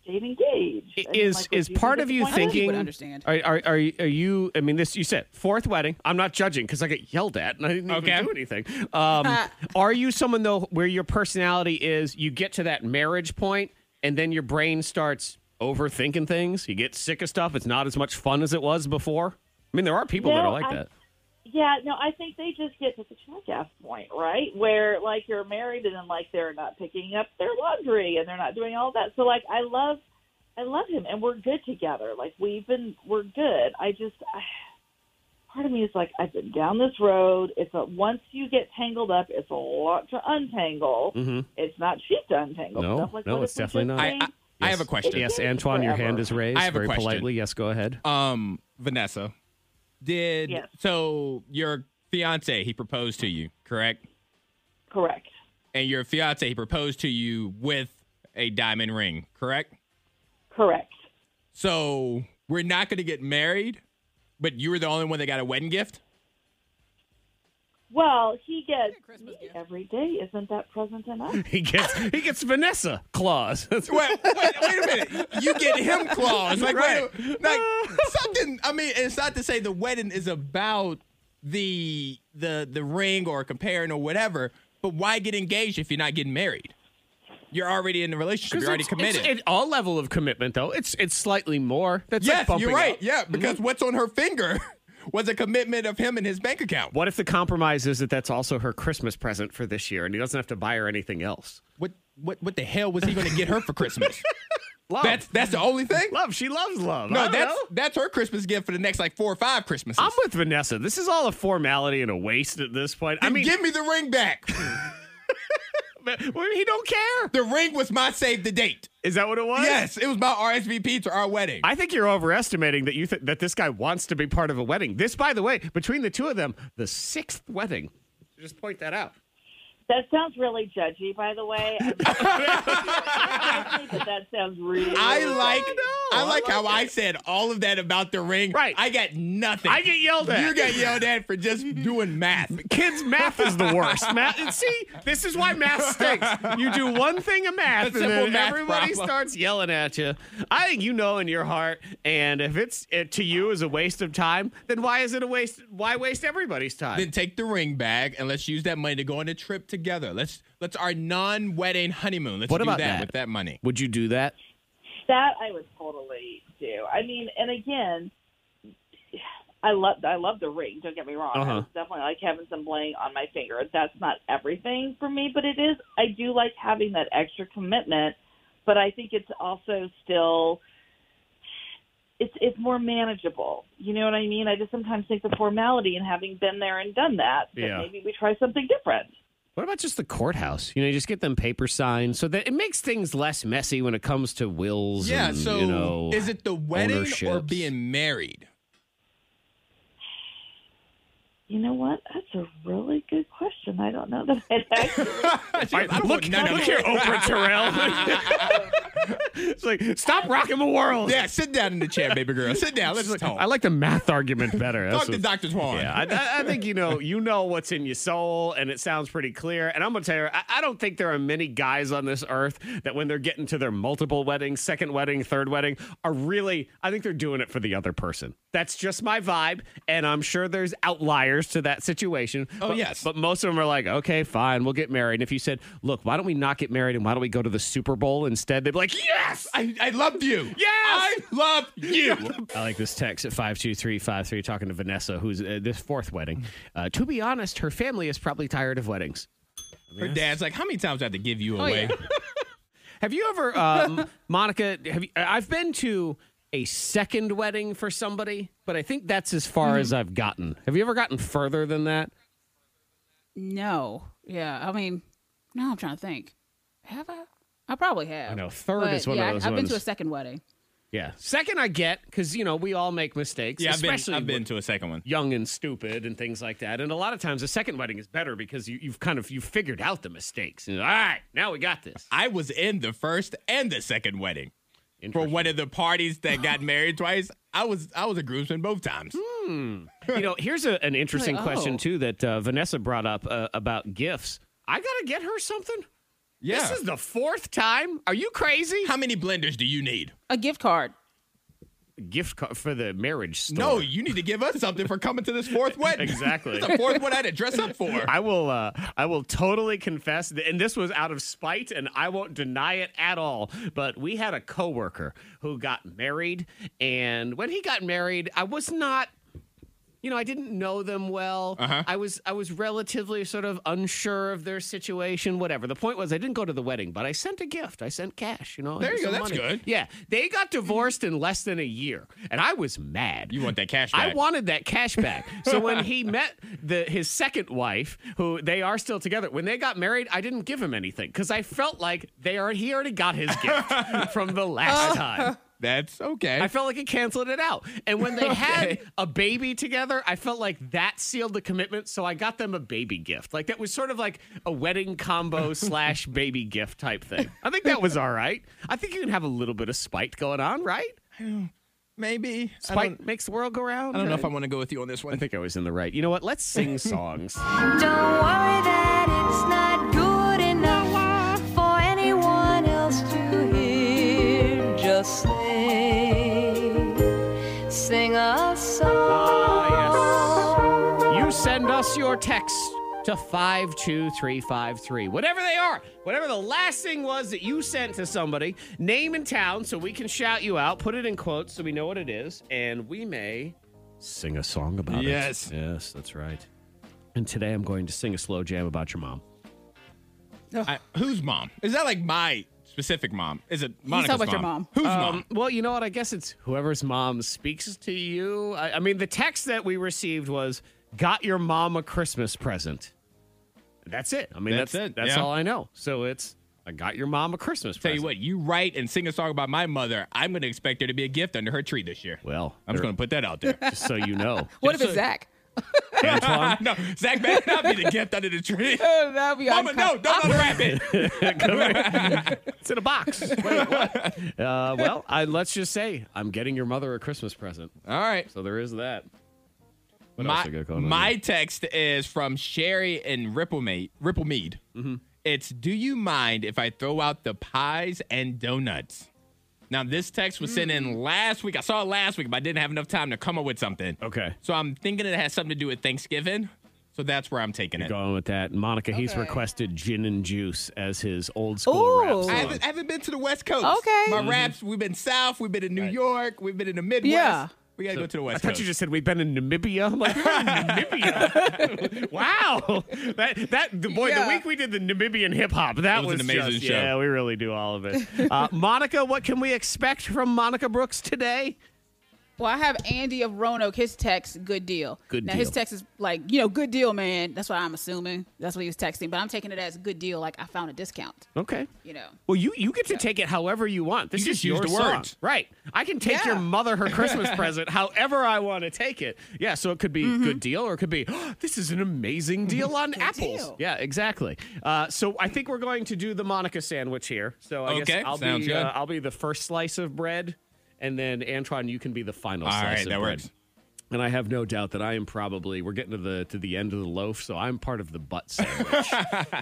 S7: stayed engaged. I mean,
S1: is
S7: like, would
S1: is
S7: you be
S1: part of you
S7: disappointed?
S1: thinking? Are, are are you- are you? I mean, this you said fourth wedding. I'm not judging because I get yelled at and I didn't
S3: Okay.
S1: even do anything. Um, are you someone though where your personality is? You get to that marriage point and then your brain starts overthinking things. You get sick of stuff. It's not as much fun as it was before. I mean, there are people that
S7: No,
S1: are like
S7: I-
S1: that.
S7: Yeah, no, I think they just get to the jackass point, right? Where like you're married and then like they're not picking up their laundry and they're not doing all that. So like I love, I love him and we're good together. Like we've been, we're good. I just, I, part of me is like I've been down this road. It's a once you get tangled up, it's a lot to untangle.
S1: Mhm.
S7: It's not cheap to untangle
S1: No,
S7: stuff. Like,
S1: no,
S7: what
S1: it's
S7: if we
S1: definitely
S7: just
S1: not. I-
S7: think-
S3: I have a question.
S1: Yes, Antoine, your hand is raised
S3: I have a
S1: very
S3: question.
S1: politely. Yes, go ahead.
S3: Um, Vanessa, did
S7: Yes.
S3: so your fiance he proposed to you, correct?
S7: Correct.
S3: And your fiance he proposed to you with a diamond ring, correct?
S7: Correct.
S3: So we're not going to get married, but you were the only one that got a wedding gift.
S7: Well, he gets me every day. Isn't that present enough?
S1: He gets he gets Vanessa claws. That's
S3: wait, wait, wait a minute. You get him claws. Like,
S1: Right.
S3: wait, a- like something. I mean, it's not to say the wedding is about the the the ring or comparing or whatever. But why get engaged if you're not getting married? You're already in the relationship. You're already
S1: Because it's-
S3: committed.
S1: It's, it- all level of commitment, though. It's it's slightly more. That's like
S3: yes,
S1: bumping
S3: you're right.
S1: up.
S3: Yeah, because
S1: Mhm.
S3: what's on her finger was a commitment of him and his bank account.
S1: What if the compromise is that that's also her Christmas present for this year, and he doesn't have to buy her anything else?
S3: What what what the hell was he going to get her for Christmas?
S1: Love.
S3: That's that's the only thing.
S1: Love. She loves love. Oh. I
S3: No,
S1: don't
S3: that's
S1: know.
S3: that's her Christmas gift for the next like four or five Christmases.
S1: I'm with Vanessa. This is all a formality and a waste at this point. I
S3: Then
S1: mean,
S3: give me the ring back.
S1: he don't care.
S3: The ring was my save the date.
S1: Is that what it was?
S3: Yes, it was my RSVP to our wedding.
S1: I think you're overestimating that you th- that this guy wants to be part of a wedding. This, by the way, between the two of them, the sixth wedding. Just point that out.
S7: That sounds really judgy, by the way. I mean, but that sounds really.
S1: Oh,
S3: I
S7: really
S3: like
S7: judgy.
S3: I like how I said all of that about the ring. Right. I got nothing.
S1: I get yelled at.
S3: You got yelled at for just doing math.
S1: Kids, math is the worst. math. and See, this is why math stinks. You do one thing of math,
S3: A
S1: and
S3: simple
S1: then
S3: math
S1: everybody
S3: problem.
S1: starts yelling at you. I think you know in your heart, and if it's it, to you is a waste of time, then why is it a waste? Why waste everybody's time?
S3: Then take the ring bag and let's use that money to go on a trip together. Let's let's our non-wedding honeymoon. Let's
S1: What
S3: do
S1: about
S3: that,
S1: that?
S3: with that money.
S1: Would you do that?
S7: that. I would totally do. I mean, and again, I love I love the ring. Don't get me wrong.
S1: Uh-huh.
S7: I was definitely like having some bling on my finger. That's not everything for me, but it is. I do like having that extra commitment, but I think it's also still. It's it's more manageable. You know what I mean? I just sometimes think the formality and having been there and done that, that
S1: Yeah.
S7: maybe we try something different.
S1: What about just the courthouse? You know, you just get them paper signed so that it makes things less messy when it comes to wills.
S3: Yeah,
S1: and,
S3: so
S1: you know,
S3: is it the wedding or
S1: ownerships.
S3: being married?
S7: You know what? That's a really good question. I don't know that I'd actually.
S1: All right, look,
S3: none of
S1: look
S3: it.
S1: here, Oprah Terrell. it's like, stop rocking the world.
S3: Yeah, sit down in the chair, baby girl. Sit down. Let's talk.
S1: I like the math argument better.
S3: Talk
S1: That's
S3: to
S1: what-
S3: Dr. Twan.
S1: Yeah, I, I- I think you know you know what's in your soul, and it sounds pretty clear. And I'm gonna tell you, I, I don't think there are many guys on this earth that when they're getting to their multiple weddings, second wedding, third wedding, are really. I think they're doing it for the other person. That's just my vibe, and I'm sure there's outliers to that situation.
S3: Oh,
S1: But-
S3: yes.
S1: but most of them are like, okay, fine, we'll get married. And if you said, look, why don't we not get married and why don't we go to the Super Bowl instead? They'd be like, yes.
S3: I, I loved you.
S1: Yes!
S3: I love you.
S1: I like this text at 52353 talking to Vanessa, who's uh, this fourth wedding.
S3: Mm-hmm.
S1: Uh, to be honest, her family is probably tired of weddings.
S3: Her dad's like, how many times do I have to give
S1: Oh,
S3: you away?
S1: uh, Have you ever, um, Monica, have you, I've uh, been to a second wedding for somebody, but I think that's as far
S3: Mm-hmm.
S1: as I've gotten. Have you ever gotten further than that?
S4: No. Yeah. I mean, now I'm trying to think. Have I? I probably have.
S1: I know, third
S4: But,
S1: is one of
S4: yeah, I-
S1: those
S4: I've been
S1: ones.
S4: to a second wedding.
S1: Yeah. Second, I get because you know we all make mistakes.
S3: Yeah, I've been-
S1: especially
S3: I've been
S1: to
S3: a second one.
S1: Young and stupid and things like that. And a lot of times, a second wedding is better because you, you've kind of you figured out the mistakes. And, all right, now we got this.
S3: I was in the first and the second wedding. For one of the parties that got married twice, I was I was a groomsman both times.
S1: you know, here's a, an interesting
S3: Like,
S1: question
S3: oh.
S1: too that uh, Vanessa brought up uh, about gifts. I gotta get her something.
S3: Yeah.
S1: This is the fourth time. Are you crazy?
S3: How many blenders do you need?
S4: A gift card.
S1: Gift card for the marriage store.
S3: No, you need to give us something for coming to this fourth wedding.
S1: Exactly.
S3: It's the fourth one I had to dress up for.
S1: I will. Uh, I will totally confess, th- and this was out of spite, and I won't deny it at all. But we had a coworker who got married, and when he got married, I was not. You know, I didn't know them well.
S3: Uh-huh.
S1: I was I was relatively sort of unsure of their situation. Whatever. The point was, I didn't go to the wedding, but I sent a gift. I sent cash. You know, I
S3: There
S1: sent
S3: you go.
S1: some
S3: That's good.
S1: Yeah, they got divorced in less than a year, and I was mad.
S3: You want that cash
S1: I
S3: back.
S1: wanted that cash back. so when he met the his second wife, who they are still together, when they got married, I didn't give him anything because I felt like they are he already got his gift from the
S3: Uh.
S1: last time.
S3: That's okay.
S1: I felt like it canceled it out. And when they had a baby together, I felt like that sealed the commitment. So I got them a baby gift. Like that was sort of like a wedding combo slash baby gift type thing. I think that was all right. I think you can have a little bit of spite going on, right?
S3: Maybe
S1: Spite makes the world go round.
S3: I don't know
S1: Uh,
S3: if I want to go with you on this one.
S1: I think I was in the right. You know what? Let's sing songs.
S13: Don't worry that it's not good enough for anyone else to hear. Just sing, sing a song.
S1: You send us your text to 52353. Whatever they are, whatever the last thing was that you sent to somebody, name and town so we can shout you out, put it in quotes so we know what it is, and we may sing a song about
S3: Yes.
S1: it. Yes. Yes, that's right. And today I'm going to sing a slow jam about your mom.
S3: I, whose mom? Is that like my specific mom? Is it Monica's
S1: about your
S3: mom?
S1: mom.
S3: Whose
S1: Um,
S3: mom?
S1: Well, you know what? I guess it's whoever's mom speaks to you. I, I mean, the text that we received was "Got your mom a Christmas present." That's it. I mean, that's,
S3: That's it,
S1: That's
S3: yeah.
S1: all I know. So it's I got your mom a Christmas
S3: Tell
S1: present.
S3: you what, you write and sing a song about my mother. I'm going to expect there to be a gift under her tree this year.
S1: Well,
S3: I'm just
S1: there-
S3: going to put that out there.
S1: Just so you know,
S4: What if it's Zach?
S1: Antoine?
S3: no, Zach better not be the gift under the tree.
S4: That'd be
S3: Mama, no, don't unwrap it.
S1: it's in a box. Wait, what? Uh, well, I, let's just say I'm getting your mother a Christmas present.
S3: All right.
S1: So there is that. What else I
S3: My,
S1: got going on
S3: my
S1: here?
S3: text is from Sherry and Ripplemead. Ripplemead.
S1: Mm-hmm.
S3: It's Do you mind if I throw out the pies and donuts? Now, this text was sent
S1: Mm.
S3: in last week. I saw it last week, but I didn't have enough time to come up with something.
S1: Okay.
S3: So I'm thinking it has something to do with Thanksgiving. So that's where I'm taking
S1: You're
S3: it.
S1: going with that, Monica. He's requested gin and juice as his old school rap
S3: I
S1: song.
S3: haven't, I haven't been to the West Coast.
S4: Okay.
S3: My
S1: Mm-hmm.
S4: Mhm.
S3: raps, we've been South, we've been in New York, we've been in the Midwest.
S4: Yeah.
S3: We got to go to the
S1: I
S3: West Coast.
S1: thought you just said we've been in Namibia. I'm like, "We're in Namibia. wow. That that the boy,
S4: Yeah.
S1: the week we did the Namibian hip hop, that
S3: It
S1: was,
S3: was an amazing
S1: just,
S3: show.
S1: Yeah, we really do all of it. Uh, Monica, what can we expect from Monica Brooks today?
S4: Well, I have Andy of Roanoke. His text, good deal.
S1: Good
S4: now, his
S1: deal.
S4: text is like, you know, good deal, man. That's what I'm assuming. That's what he was texting. But I'm taking it as good deal. Like I found a discount.
S1: Okay.
S4: You know.
S1: Well, you you get to take it however you want. This
S3: You
S1: is
S3: just used
S1: your
S3: the
S1: song.
S3: words.
S1: right? I can take your
S4: Yeah.
S1: mother her Christmas present however I want to take it. Yeah, so it could be
S3: Mm-hmm.
S1: good deal, or it could be "Oh, this is an amazing deal on apples.
S4: deal.
S1: Yeah, exactly. Uh, so I think we're going to do the Monica sandwich here. So I
S3: Okay,
S1: guess I'll
S3: sounds
S1: be
S3: good.
S1: Uh, I'll be the first slice of bread, and then Antoine, you can be the final
S3: All
S1: slice
S3: right,
S1: of
S3: that
S1: bread.
S3: works.
S1: And I have no doubt that I am probably we're getting to the to the end of the loaf, so I'm part of the butt sandwich.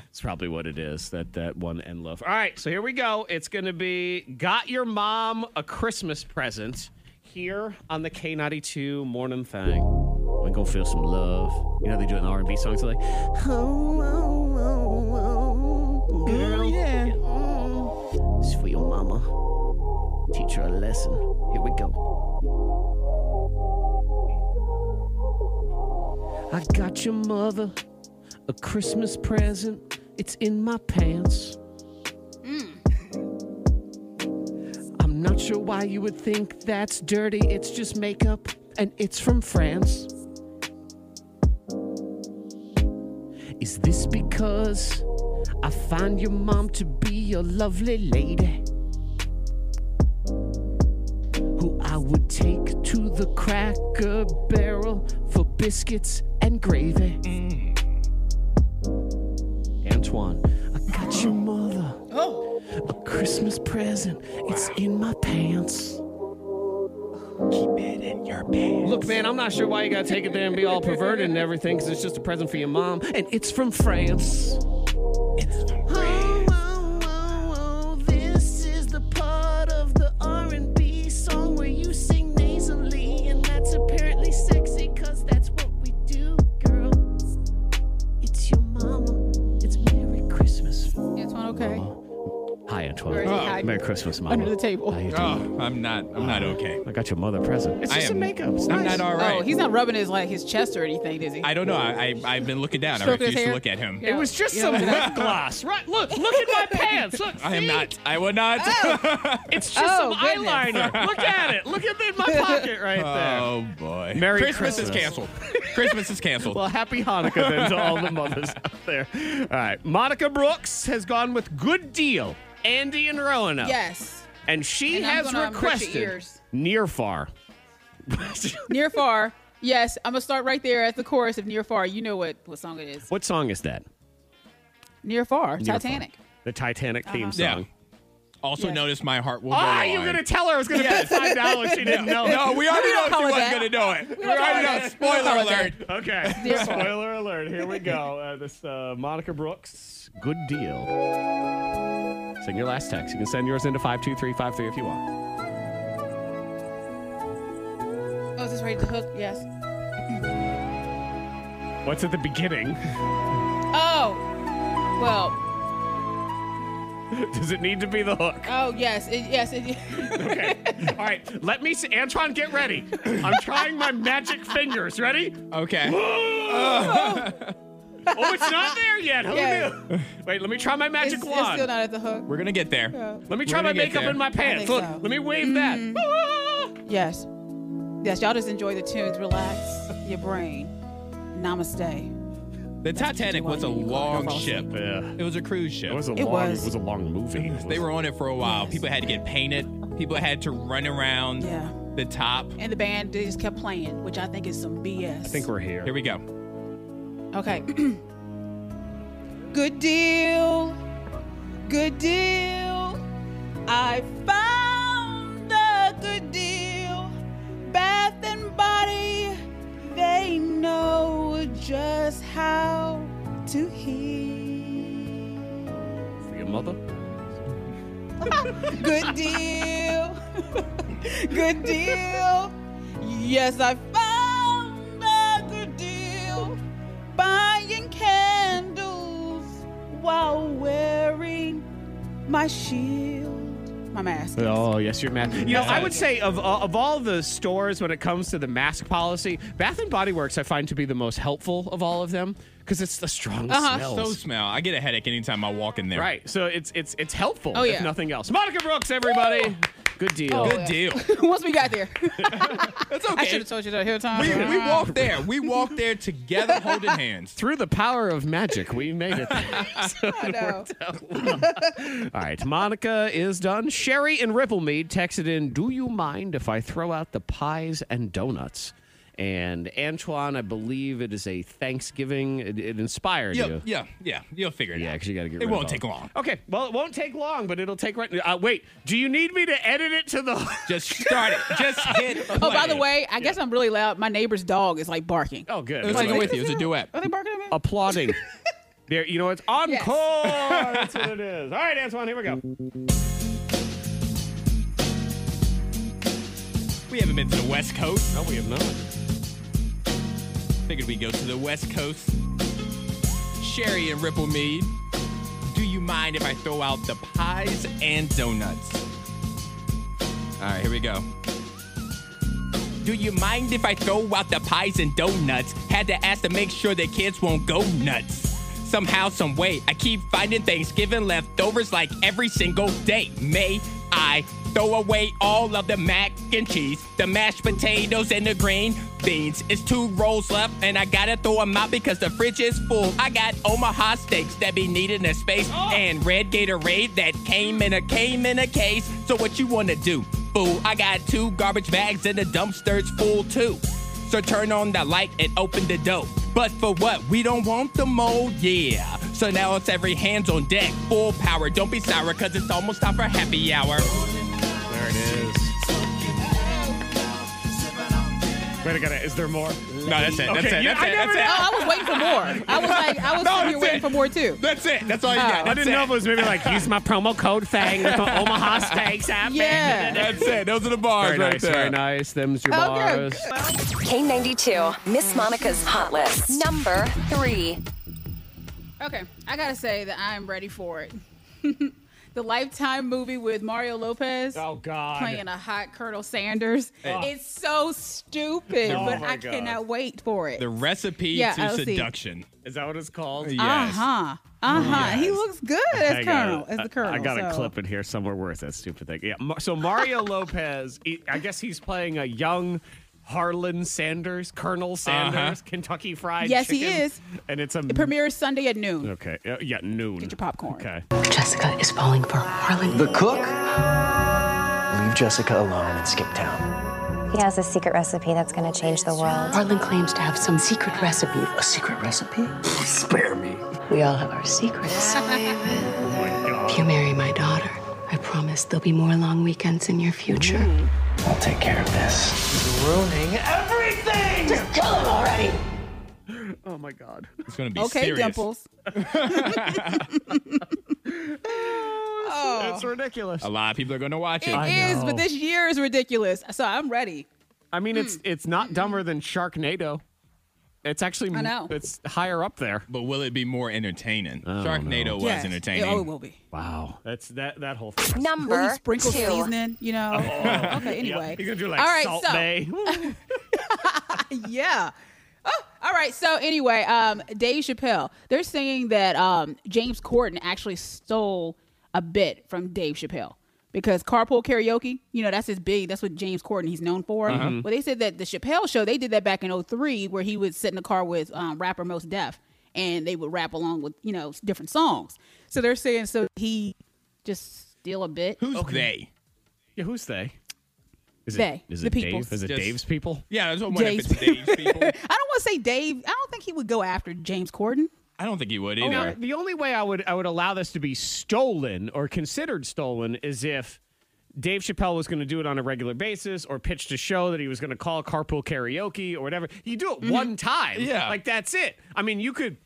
S1: It's probably what it is that that one end loaf. All right, so here we go. It's going to be got your mom a Christmas present here on the K ninety two morning thing. We gonna feel some love. You know they do it in R and B songs they're like, "Oh, girl, oh, it's for your mama. Teach her a lesson. Here we go. I got your mother a Christmas present. It's in my pants. I'm not Not sure why you would think that's dirty. It's just makeup, and it's from France. Is this because I find your mom to be a lovely lady who I would take to the cracker barrel for biscuits and gravy? Mm. Antoine, I got your mother a Christmas present. It's in my pants. Keep it in your pants. Look, man, I'm not sure why you gotta take it there and be all perverted and everything, because it's just a present for your mom, and it's from France.
S13: This is the part of the R&B song where you sing nasally, and that's apparently sexy, cause that's what we do, girl. It's your mama. It's Merry Christmas.
S4: Antoine, okay. Oh,
S1: Hi, Antoine.
S4: Already hiding
S1: Merry Christmas, Mama.
S4: Under the table.
S1: How you doing?
S3: Oh, I'm not. I'm not okay.
S1: I got your mother a present. It's
S3: I
S1: just
S3: am-
S1: a makeup. It's
S3: I'm
S1: nice.
S3: not all right.
S4: Oh, he's not rubbing his like his chest or anything, is he?
S3: I don't know. I, I I've been looking down. I
S4: Stroke his
S3: refuse to
S4: hair?
S3: look at him.
S1: It was just some lip gloss, right? Look, look at my pants. Look,
S3: I am
S1: see?
S3: not. I will not.
S1: It's just
S4: Oh,
S1: some
S4: goodness.
S1: eyeliner. Look at it. Look at it in my pocket right there.
S3: oh boy.
S1: Merry
S3: Christmas, is
S1: Christmas.
S3: canceled. Christmas is canceled.
S1: Well, happy Hanukkah then to all the mothers out there. All right. Monica Brooks has gone with Good Deal, Andy and Roanoke.
S4: Yes.
S1: And she
S4: And I'm
S1: has
S4: gonna unprick your
S1: requested
S4: ears.
S1: Near Far.
S4: Near far. Yes, I'm gonna start right there at the chorus of Near Far. You know what what song it is?
S1: What song is that?
S4: Near Far,
S1: Near Far.
S4: Titanic.
S1: The Titanic
S4: Uh-huh.
S1: theme
S3: Yeah.
S1: song.
S3: Also,
S4: Yes.
S3: notice my heart will go
S1: Ah,
S3: on.
S1: you're going to tell her I was going to bet $5 she didn't know.
S3: No, we already know
S4: call
S3: she
S4: it
S3: wasn't
S4: that.
S3: going to know it. We
S4: don't
S3: already
S4: call it
S3: know.
S4: that. We don't
S3: Spoiler
S4: call it that.
S3: alert.
S1: Okay.
S4: Dear Far.
S1: Spoiler alert. Here we go. Uh, this uh, Monica Brooks, Good Deal. Send your last text. You can send yours into 52353 if you want.
S4: Oh, is this right? The hook? Yes.
S1: What's at the beginning?
S4: Oh. Well.
S1: Does it need to be the hook?
S4: Oh yes. It, yes. It,
S1: Okay. All right. Let me see. Antoine, get ready. I'm trying my magic fingers. Ready?
S3: Okay.
S1: Oh, it's not there yet. Who
S4: Yeah.
S1: knew? Wait, let me try my
S4: it's,
S1: magic
S4: it's
S1: wand.
S4: still not at the hook.
S3: We're going to get there.
S1: let me
S3: We're
S1: try my
S3: gonna get
S1: makeup
S3: there.
S1: in my pants.
S4: think
S1: Look,
S4: so.
S1: let me wave that. Ah!
S4: Yes. Yes. Y'all just enjoy the tunes. Relax your brain. Namaste.
S3: The Titanic was a
S4: Why you call it
S3: long
S4: a false
S3: ship.
S1: Yeah.
S3: It was a cruise ship.
S1: It was a
S4: It
S1: long.
S4: was.
S1: It was a long movie. It was-
S3: They were on it for a while. People had to get painted. People had to run around
S4: Yeah.
S3: the top.
S4: And the band they just kept playing, which I think is some BS.
S1: I think we're here.
S3: Here we go.
S4: Okay. good deal. Good deal. I found a good deal. Bath and Body, they know just how to heal.
S1: For your mother.
S4: Good deal. good deal. Yes, I found a good deal. Buying candles while wearing my shield. My mask.
S1: Oh yes, your mask. You know,
S3: Yes,
S1: I
S3: I-
S1: would say of uh, of all the stores when it comes to the mask policy, Bath and Body Works I find to be the most helpful of all of them because it's the strongest
S4: Uh-huh.
S1: smells.
S3: So smell. I get a headache anytime I walk in there.
S1: Right. So it's it's it's helpful
S4: Oh,
S1: if
S4: yeah.
S1: nothing else. Monica Brooks, everybody. Good deal.
S4: Oh,
S3: Good deal.
S4: Once we got there,
S3: That's okay.
S4: I should have told you that here time.
S3: we, we walked there. We walked there together holding hands.
S1: Through the power of magic, we made it. there. So
S4: I
S1: it
S4: know.
S1: worked out. All right, Monica is done. Sherry and Ripplemead texted in, "Do you mind if I throw out the pies and donuts?" And Antoine, I believe it is a Thanksgiving. It, it inspired
S3: Yeah,
S1: you.
S3: yeah, yeah. You'll figure it
S1: Yeah,
S3: out.
S1: because you got to get.
S3: It
S1: rid
S3: won't
S1: of all-
S3: take long.
S1: Okay, well, it won't take long, but it'll take right. Uh, wait, do you need me to edit it to the?
S3: Just start it. Just hit.
S4: Oh, by the way, I guess I'm really loud. My neighbor's dog is like barking.
S1: Oh, good.
S3: it was
S1: Well,
S3: like I'm with you. It was a duet.
S4: Are they barking at me?
S1: applauding. there, you know, it's encore.
S4: Yes.
S1: That's what it is. All right, Antoine, here we go.
S3: We haven't been to the West Coast.
S1: No, Oh, we have not.
S3: Figured we go to the West Coast. Sherry and Ripple Mead. Do you mind if I throw out the pies and donuts? All right, here we go. Do you mind if I throw out the pies and donuts? Had to ask to make sure the kids won't go nuts. Somehow, some way, I keep finding Thanksgiving leftovers like every single day. May I Throw away all of the mac and cheese, the mashed potatoes and the green beans. It's two rolls left, and I gotta throw them out because the fridge is full. I got Omaha steaks that be needed in space, and red Gatorade that came in a came in a case. So what you wanna do, fool? I got two garbage bags and the dumpster's full too. So turn on the light and open the door. But for what? We don't want the mold, yeah. So now it's every hands on deck, full power. Don't be sour, cause it's almost time for happy hour.
S1: There it is. Wait a minute, is there more? No,
S3: that's it, that's it, that's
S4: I never. Oh, I was waiting for more. I was like, I was
S1: No,
S4: sitting here
S1: that's
S4: waiting
S1: it.
S4: for more too.
S3: That's it. That's all you got.
S1: Oh, I didn't know if it was maybe like, use my promo code thing with my Omaha Steaks app.
S4: Yeah.
S3: That's it. Those are the bars
S15: Very
S3: right
S15: nice,
S3: there.
S15: very nice. Them's your bars.
S5: K92, Miss Monica's Hot List. Number three.
S4: Okay, I gotta say that I am ready for it. the Lifetime movie with Mario Lopez.
S1: Oh God. Oh.
S4: Playing a hot Colonel Sanders.
S3: Hey.
S4: It's so stupid,
S3: Oh,
S4: but
S3: my
S4: I
S3: God.
S4: cannot wait for it.
S3: The recipe
S4: Yeah,
S3: to
S4: I'll see.
S3: seduction.
S1: Is that what it's called?
S4: Uh huh. Uh huh. He looks good as
S1: Hang
S4: Colonel.
S1: on.
S4: As
S1: I-
S4: the Colonel.
S1: I got a
S4: so.
S1: clip in here somewhere where it's that stupid thing. Yeah. Ma- So Mario Lopez, he- I guess he's playing a young Harlan Sanders, Colonel Sanders, Kentucky Fried
S4: Uh-huh. Yes, he
S1: Chicken.
S4: is.
S1: And it's a
S4: It premieres Sunday at noon.
S1: Okay. Uh, yeah, noon. Get your
S4: popcorn.
S1: Okay.
S11: Jessica is falling for Harlan. The cook?
S16: Leave Jessica alone and skip town.
S17: He has a secret recipe that's going to change the world.
S11: Harlan claims to have some secret recipe. A secret recipe? Spare me. We all have our secrets. If you marry my daughter, I promise there'll be more long weekends in your future.
S16: I'll take care of this. He's ruining everything! Just kill him already!
S1: Oh my God.
S3: It's gonna be
S4: Okay,
S3: serious.
S4: Dimples. Oh.
S1: It's ridiculous.
S3: A lot of people are gonna watch it.
S4: It is, but this year is ridiculous. So I'm ready.
S1: I mean,
S4: Hmm.
S1: it's it's not dumber than Sharknado. It's actually
S4: I know.
S1: it's higher up there.
S3: But will it be more entertaining? Sharknado was
S4: Yes.
S3: entertaining.
S4: Oh, it will be.
S1: Wow. That's that that whole thing.
S5: Number
S4: Will you sprinkle
S5: two.
S4: seasoning, you know.
S1: Oh.
S4: Okay, anyway.
S1: Yeah. You're gonna do like
S4: All right,
S1: Salt
S4: so-
S1: Bay.
S4: yeah. Oh, all right. So anyway, um, Dave Chappelle, they're saying that um, James Corden actually stole a bit from Dave Chappelle because carpool karaoke, you know, that's his big. That's what James Corden he's known for.
S18: Uh-huh.
S4: Well, they said that the Chappelle show they did that back in 03 where he would sit in the car with um, rapper Most Def and they would rap along with you know different songs. So they're saying so he just steal a bit.
S3: Who's they?
S1: Yeah, who's they? Is
S4: They,
S1: it, is
S4: the
S1: it
S4: peoples.
S1: Dave? Is it
S4: Just-
S1: Dave's people?
S3: Yeah, that's what I'm wondering
S4: Dave's
S3: if it's Dave.
S4: I don't want to say Dave. I don't think he would go after James Corden.
S3: I don't think he would
S1: Oh,
S3: either.
S1: now, the only way I would I would allow this to be stolen or considered stolen is if Dave Chappelle was going to do it on a regular basis or pitched a show that he was going to call carpool karaoke or whatever. You do it
S4: Mm-hmm.
S1: one time.
S3: Yeah.
S1: Like that's it. I mean, you could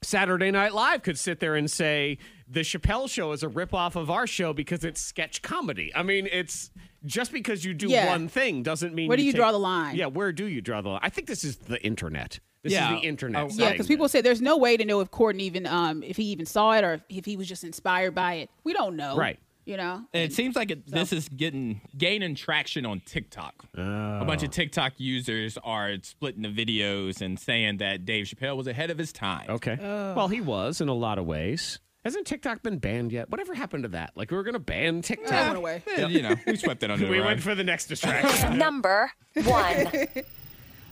S1: Saturday Night Live could sit there and say the Chappelle show is a ripoff of our show because it's sketch comedy. I mean, it's just because you do
S4: Yeah.
S1: one thing doesn't mean
S4: Where do you
S1: take-
S4: draw the line?
S1: Yeah, where do you draw the line? I think this is the internet. This
S3: Yeah.
S1: is the internet.
S3: Oh,
S4: Yeah,
S1: saying
S4: because people said there's no way to know if Corden even um if he even saw it or if he was just inspired by it. We don't know.
S3: Right.
S4: You know.
S3: And it seems like it, this is getting gaining traction on TikTok. A bunch
S1: Oh.
S3: of TikTok users are splitting the videos and saying that Dave Chappelle was ahead of his time.
S1: Okay. Well, he was in a lot of ways. Hasn't TikTok been banned yet? Whatever happened to that? Like we were going to ban TikTok.
S4: That went away.
S3: Eh, you know, we swept that under the
S1: We
S3: rug.
S1: went for the next distraction.
S4: Number one.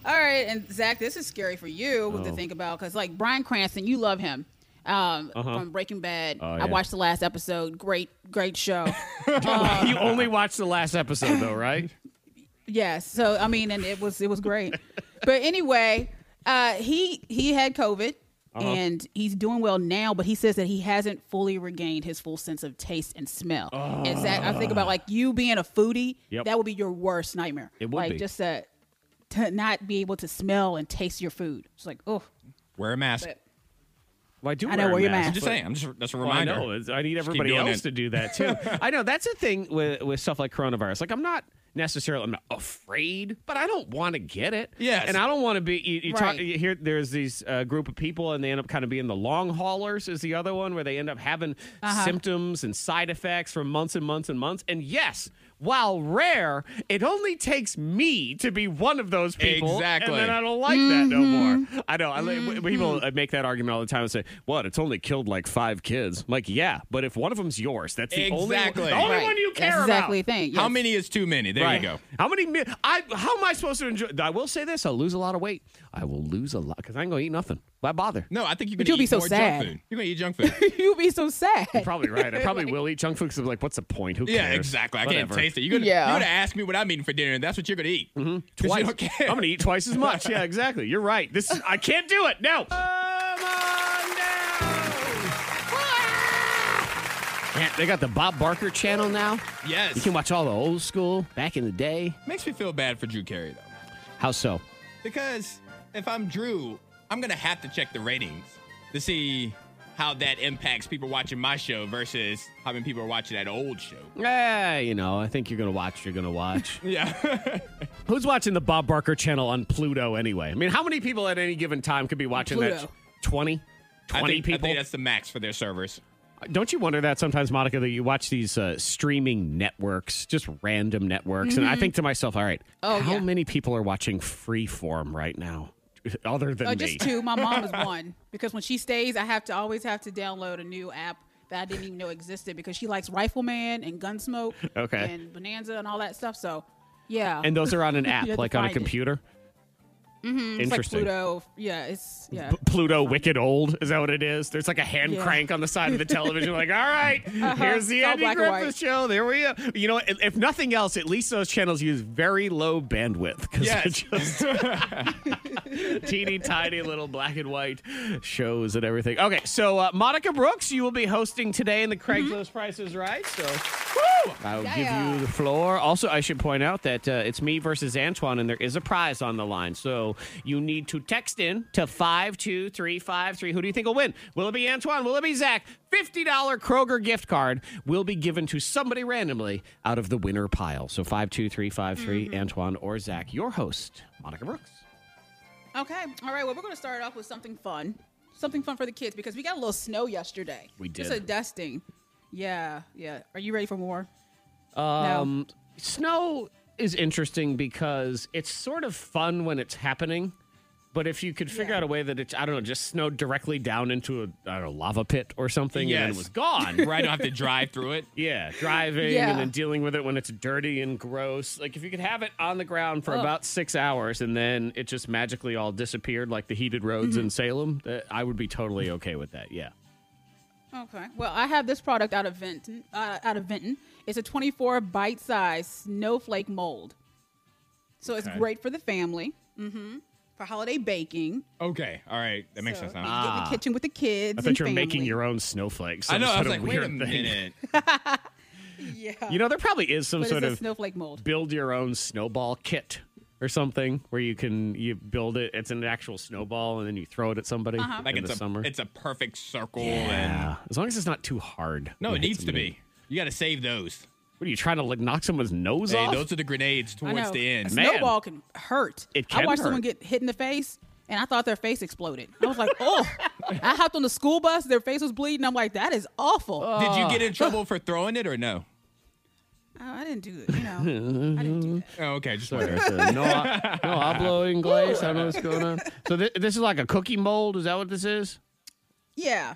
S4: All right, and Zach, this is scary for you to
S1: Oh.
S4: think about because like Brian Cranston, you love him. Um,
S1: Uh-huh.
S4: from Breaking Bad.
S1: Oh,
S4: I
S1: yeah.
S4: watched the last episode. Great, great show.
S1: you only watched the last episode, though, right?
S4: Yes. So I mean, and it was it was great. but anyway, uh, he he had COVID.
S1: Uh-huh.
S4: And he's doing well now, but he says that he hasn't fully regained his full sense of taste and smell. And Zach, I think about like you being a foodie,
S1: Yep.
S4: that would be your worst nightmare.
S1: It would
S4: like
S1: be.
S4: just uh, to not be able to smell and taste your food. It's like, oh,
S3: Wear a mask.
S4: But-
S1: Well, I do.
S4: I know, wear your mask.
S3: I'm just saying. I'm just that's a
S1: Well, I
S3: reminder.
S1: know. It's- I need
S3: Just keep
S1: everybody
S3: doing
S1: else
S3: it.
S1: to do that too. I know that's the thing with with stuff like coronavirus. Like I'm not necessarily I'm not afraid, but I don't want to get it.
S3: Yes.
S1: and I don't want to be. You, you talk
S4: Right.
S1: you hear. There's these uh, group of people, and they end up kind of being the long haulers. Is the other one where they end up having
S4: Uh-huh.
S1: symptoms and side effects for months and months and months. And yes. While rare, it only takes me to be one of those people,
S3: Exactly.
S1: and then I don't like that no
S3: Mm-hmm.
S1: more. I know. I, li- People uh, make that argument all the time and say, "What? It's only killed like five kids." I'm like, yeah, but if one of them's yours, that's the only
S3: Exactly.
S1: one, the only
S3: Right.
S1: one you you care
S4: That's exactly
S1: about?
S4: the thing,
S3: How
S4: yes.
S3: many is too many? There
S1: Right.
S3: you go.
S1: How many? mi- I how am I supposed to enjoy? I will say this: I'll lose a lot of weight. I will lose a lot because I ain't gonna eat nothing. Why bother?
S3: No, I think you're
S1: But
S3: gonna
S1: you'll be
S3: eat
S1: so
S3: more
S1: sad.
S3: junk food. You're gonna eat junk food.
S4: You'll be so sad.
S1: You're probably right. I probably will eat junk food because I'm like, what's the point? Who cares?
S3: yeah, exactly. I can't
S1: Whatever.
S3: taste it. You're gonna, you're gonna ask me what I'm eating for dinner, and that's what you're gonna eat. Mm-hmm.
S1: Twice. I'm gonna eat twice as much. Yeah, exactly. You're right. This is, I can't do it. No. Yeah, they got the Bob Barker channel now.
S3: Yes.
S1: You can watch all the old school back in the day.
S3: Makes me feel bad for Drew Carey though.
S1: How so?
S3: Because if I'm Drew, I'm gonna have to check the ratings to see how that impacts people watching my show versus how many people are watching that old show.
S1: Eh, you know, I think you're gonna watch. You're gonna watch.
S3: Yeah.
S1: Who's watching the Bob Barker channel on Pluto anyway? I mean, how many people at any given time could be watching that?
S3: Pluto.
S1: 20? 20
S3: I think, I
S1: people?
S3: think that's the max for their servers.
S1: Don't you wonder that sometimes, Monica, that you watch these uh, streaming networks, just random networks, and I
S4: Mhm.
S1: think to myself, all right,
S4: Oh,
S1: how
S4: yeah.
S1: many people are watching Freeform right now, other than
S4: Uh,
S1: me?
S4: just two. My mom is one because when she stays, I have to always have to download a new app that I didn't even know existed because she likes Rifleman and Gunsmoke,
S1: Okay.
S4: and Bonanza and all that stuff. So, yeah.
S1: And those are on an app,
S4: You have to
S1: like on a
S4: find it.
S1: computer. Interesting.
S4: Mm-hmm. It's like Pluto. Yeah, it's yeah.
S1: P- Pluto Wicked Old, is that what it is? There's like a hand
S4: Yeah.
S1: crank on the side of the television, like, all right,
S4: Uh-huh.
S1: here's the
S4: It's all
S1: Andy
S4: black and
S1: Griffith
S4: white.
S1: show. There we go. You know, if if nothing else, at least those channels use very low bandwidth because
S3: Yes.
S1: just teeny tiny little black and white shows and everything. Okay, so uh, Monica Brooks, you will be hosting today in the
S4: Mm-hmm.
S1: Craigslist Prices Right. So I will give you the floor. Also, I should point out that uh, it's me versus Antoine, and there is a prize on the line. So you need to text in to 52353. Who do you think will win? Will it be Antoine? Will it be Zach? $50 Kroger gift card will be given to somebody randomly out of the winner pile. So 52353, Antoine or Zach, your host, Monica Brooks.
S4: Okay. All right. Well, we're going to start off with something fun. Something fun for the kids because we got a little snow yesterday.
S1: We
S4: Just
S1: did.
S4: a dusting. Yeah. Yeah. Are you ready for more?
S1: Um, Snow is interesting because it's sort of fun when it's happening, but if you could figure out a way that it's, I don't know, just snowed directly down into a I don't know, lava pit or something and then
S3: Yes.
S1: it was gone.
S3: Where I don't have to drive through it.
S1: Yeah, driving
S3: Yeah.
S1: and then dealing with it when it's dirty and gross. Like if you could have it on the ground for
S3: Ugh.
S1: about six hours and then it just magically all disappeared, like the heated roads
S3: Mm-hmm.
S1: in Salem, that I would be totally okay with that. Yeah.
S4: Okay. Well, I have this product out of Venton. Uh, out of Venton, it's a 24 bite-sized snowflake mold. So it's
S3: Okay.
S4: great for the family. Mm-hmm. For holiday baking,
S3: Okay. All right. That makes sense.
S4: you
S3: Now.
S1: Ah,
S4: can get in the kitchen with the kids.
S1: I
S4: and
S1: thought you were making
S4: family.
S1: your own snowflakes.
S3: I
S1: some
S3: know. I
S1: sort
S3: was
S1: of
S3: like, wait a
S1: weird thing.
S3: minute.
S4: Yeah.
S1: You know, there probably is some
S4: But
S1: sort
S4: it's a
S1: of
S4: snowflake mold.
S1: build your own snowball kit or something where you can you build it. It's an actual snowball and then you throw it at somebody
S4: Uh-huh.
S3: Like
S1: in
S3: it's
S1: the
S3: a
S1: summer.
S3: it's a perfect circle.
S1: yeah,
S3: And
S1: as long as it's not too hard.
S3: no,
S1: You
S3: it
S1: hit
S3: needs to
S1: somebody.
S3: be. You got to save those.
S1: What are you trying to like knock someone's nose
S3: Hey,
S1: off?
S3: those are the grenades
S4: I
S3: towards
S4: know.
S3: the end.
S4: A snowball can hurt.
S1: It
S4: I
S1: can
S4: watched someone
S1: hurt.
S4: get hit in the face, and I thought their face exploded. I was like, oh. I hopped on the school bus. Their face was bleeding. I'm like, that is awful.
S1: Oh.
S3: Did you get in
S1: uh,
S3: trouble for throwing it or no?
S4: Oh, I didn't do it. You know.
S3: Oh, okay. Just
S1: Sorry,
S3: wondering.
S1: I said no, no oblong glaze. I don't know what's going on. So thi- this is like a cookie mold. Is that what this is?
S4: Yeah.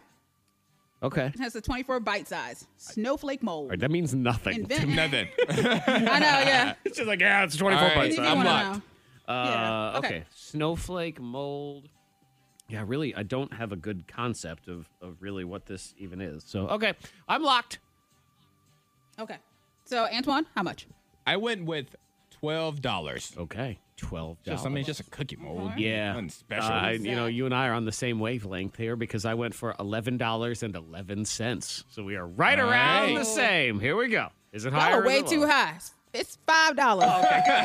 S1: Okay.
S4: It has a 24 bite size snowflake
S1: All
S4: mold.
S1: right, that means nothing. to
S4: Invent-
S1: me.
S3: Nothing.
S4: I know. Yeah.
S1: It's just like yeah, it's twenty four
S3: All right,
S1: bucks.
S3: You
S1: I'm
S3: wanna
S1: locked. Uh,
S4: Yeah,
S1: okay.
S4: okay.
S1: snowflake mold. Yeah, really, I don't have a good concept of of really what this even is. So okay, I'm locked.
S4: Okay. So Antoine, how much?
S3: I went with twelve dollars.
S1: Okay, twelve
S3: Just I mean, just a cookie mold.
S1: Yeah,
S3: nothing special.
S1: Uh, I- you know, you and I are on the same wavelength here because I went for eleven dollars and eleven cents. So we are right
S4: All
S1: around
S4: right.
S1: the same. Here we go. Is it
S4: Y'all
S1: higher?
S4: are way too high. It's five dollars.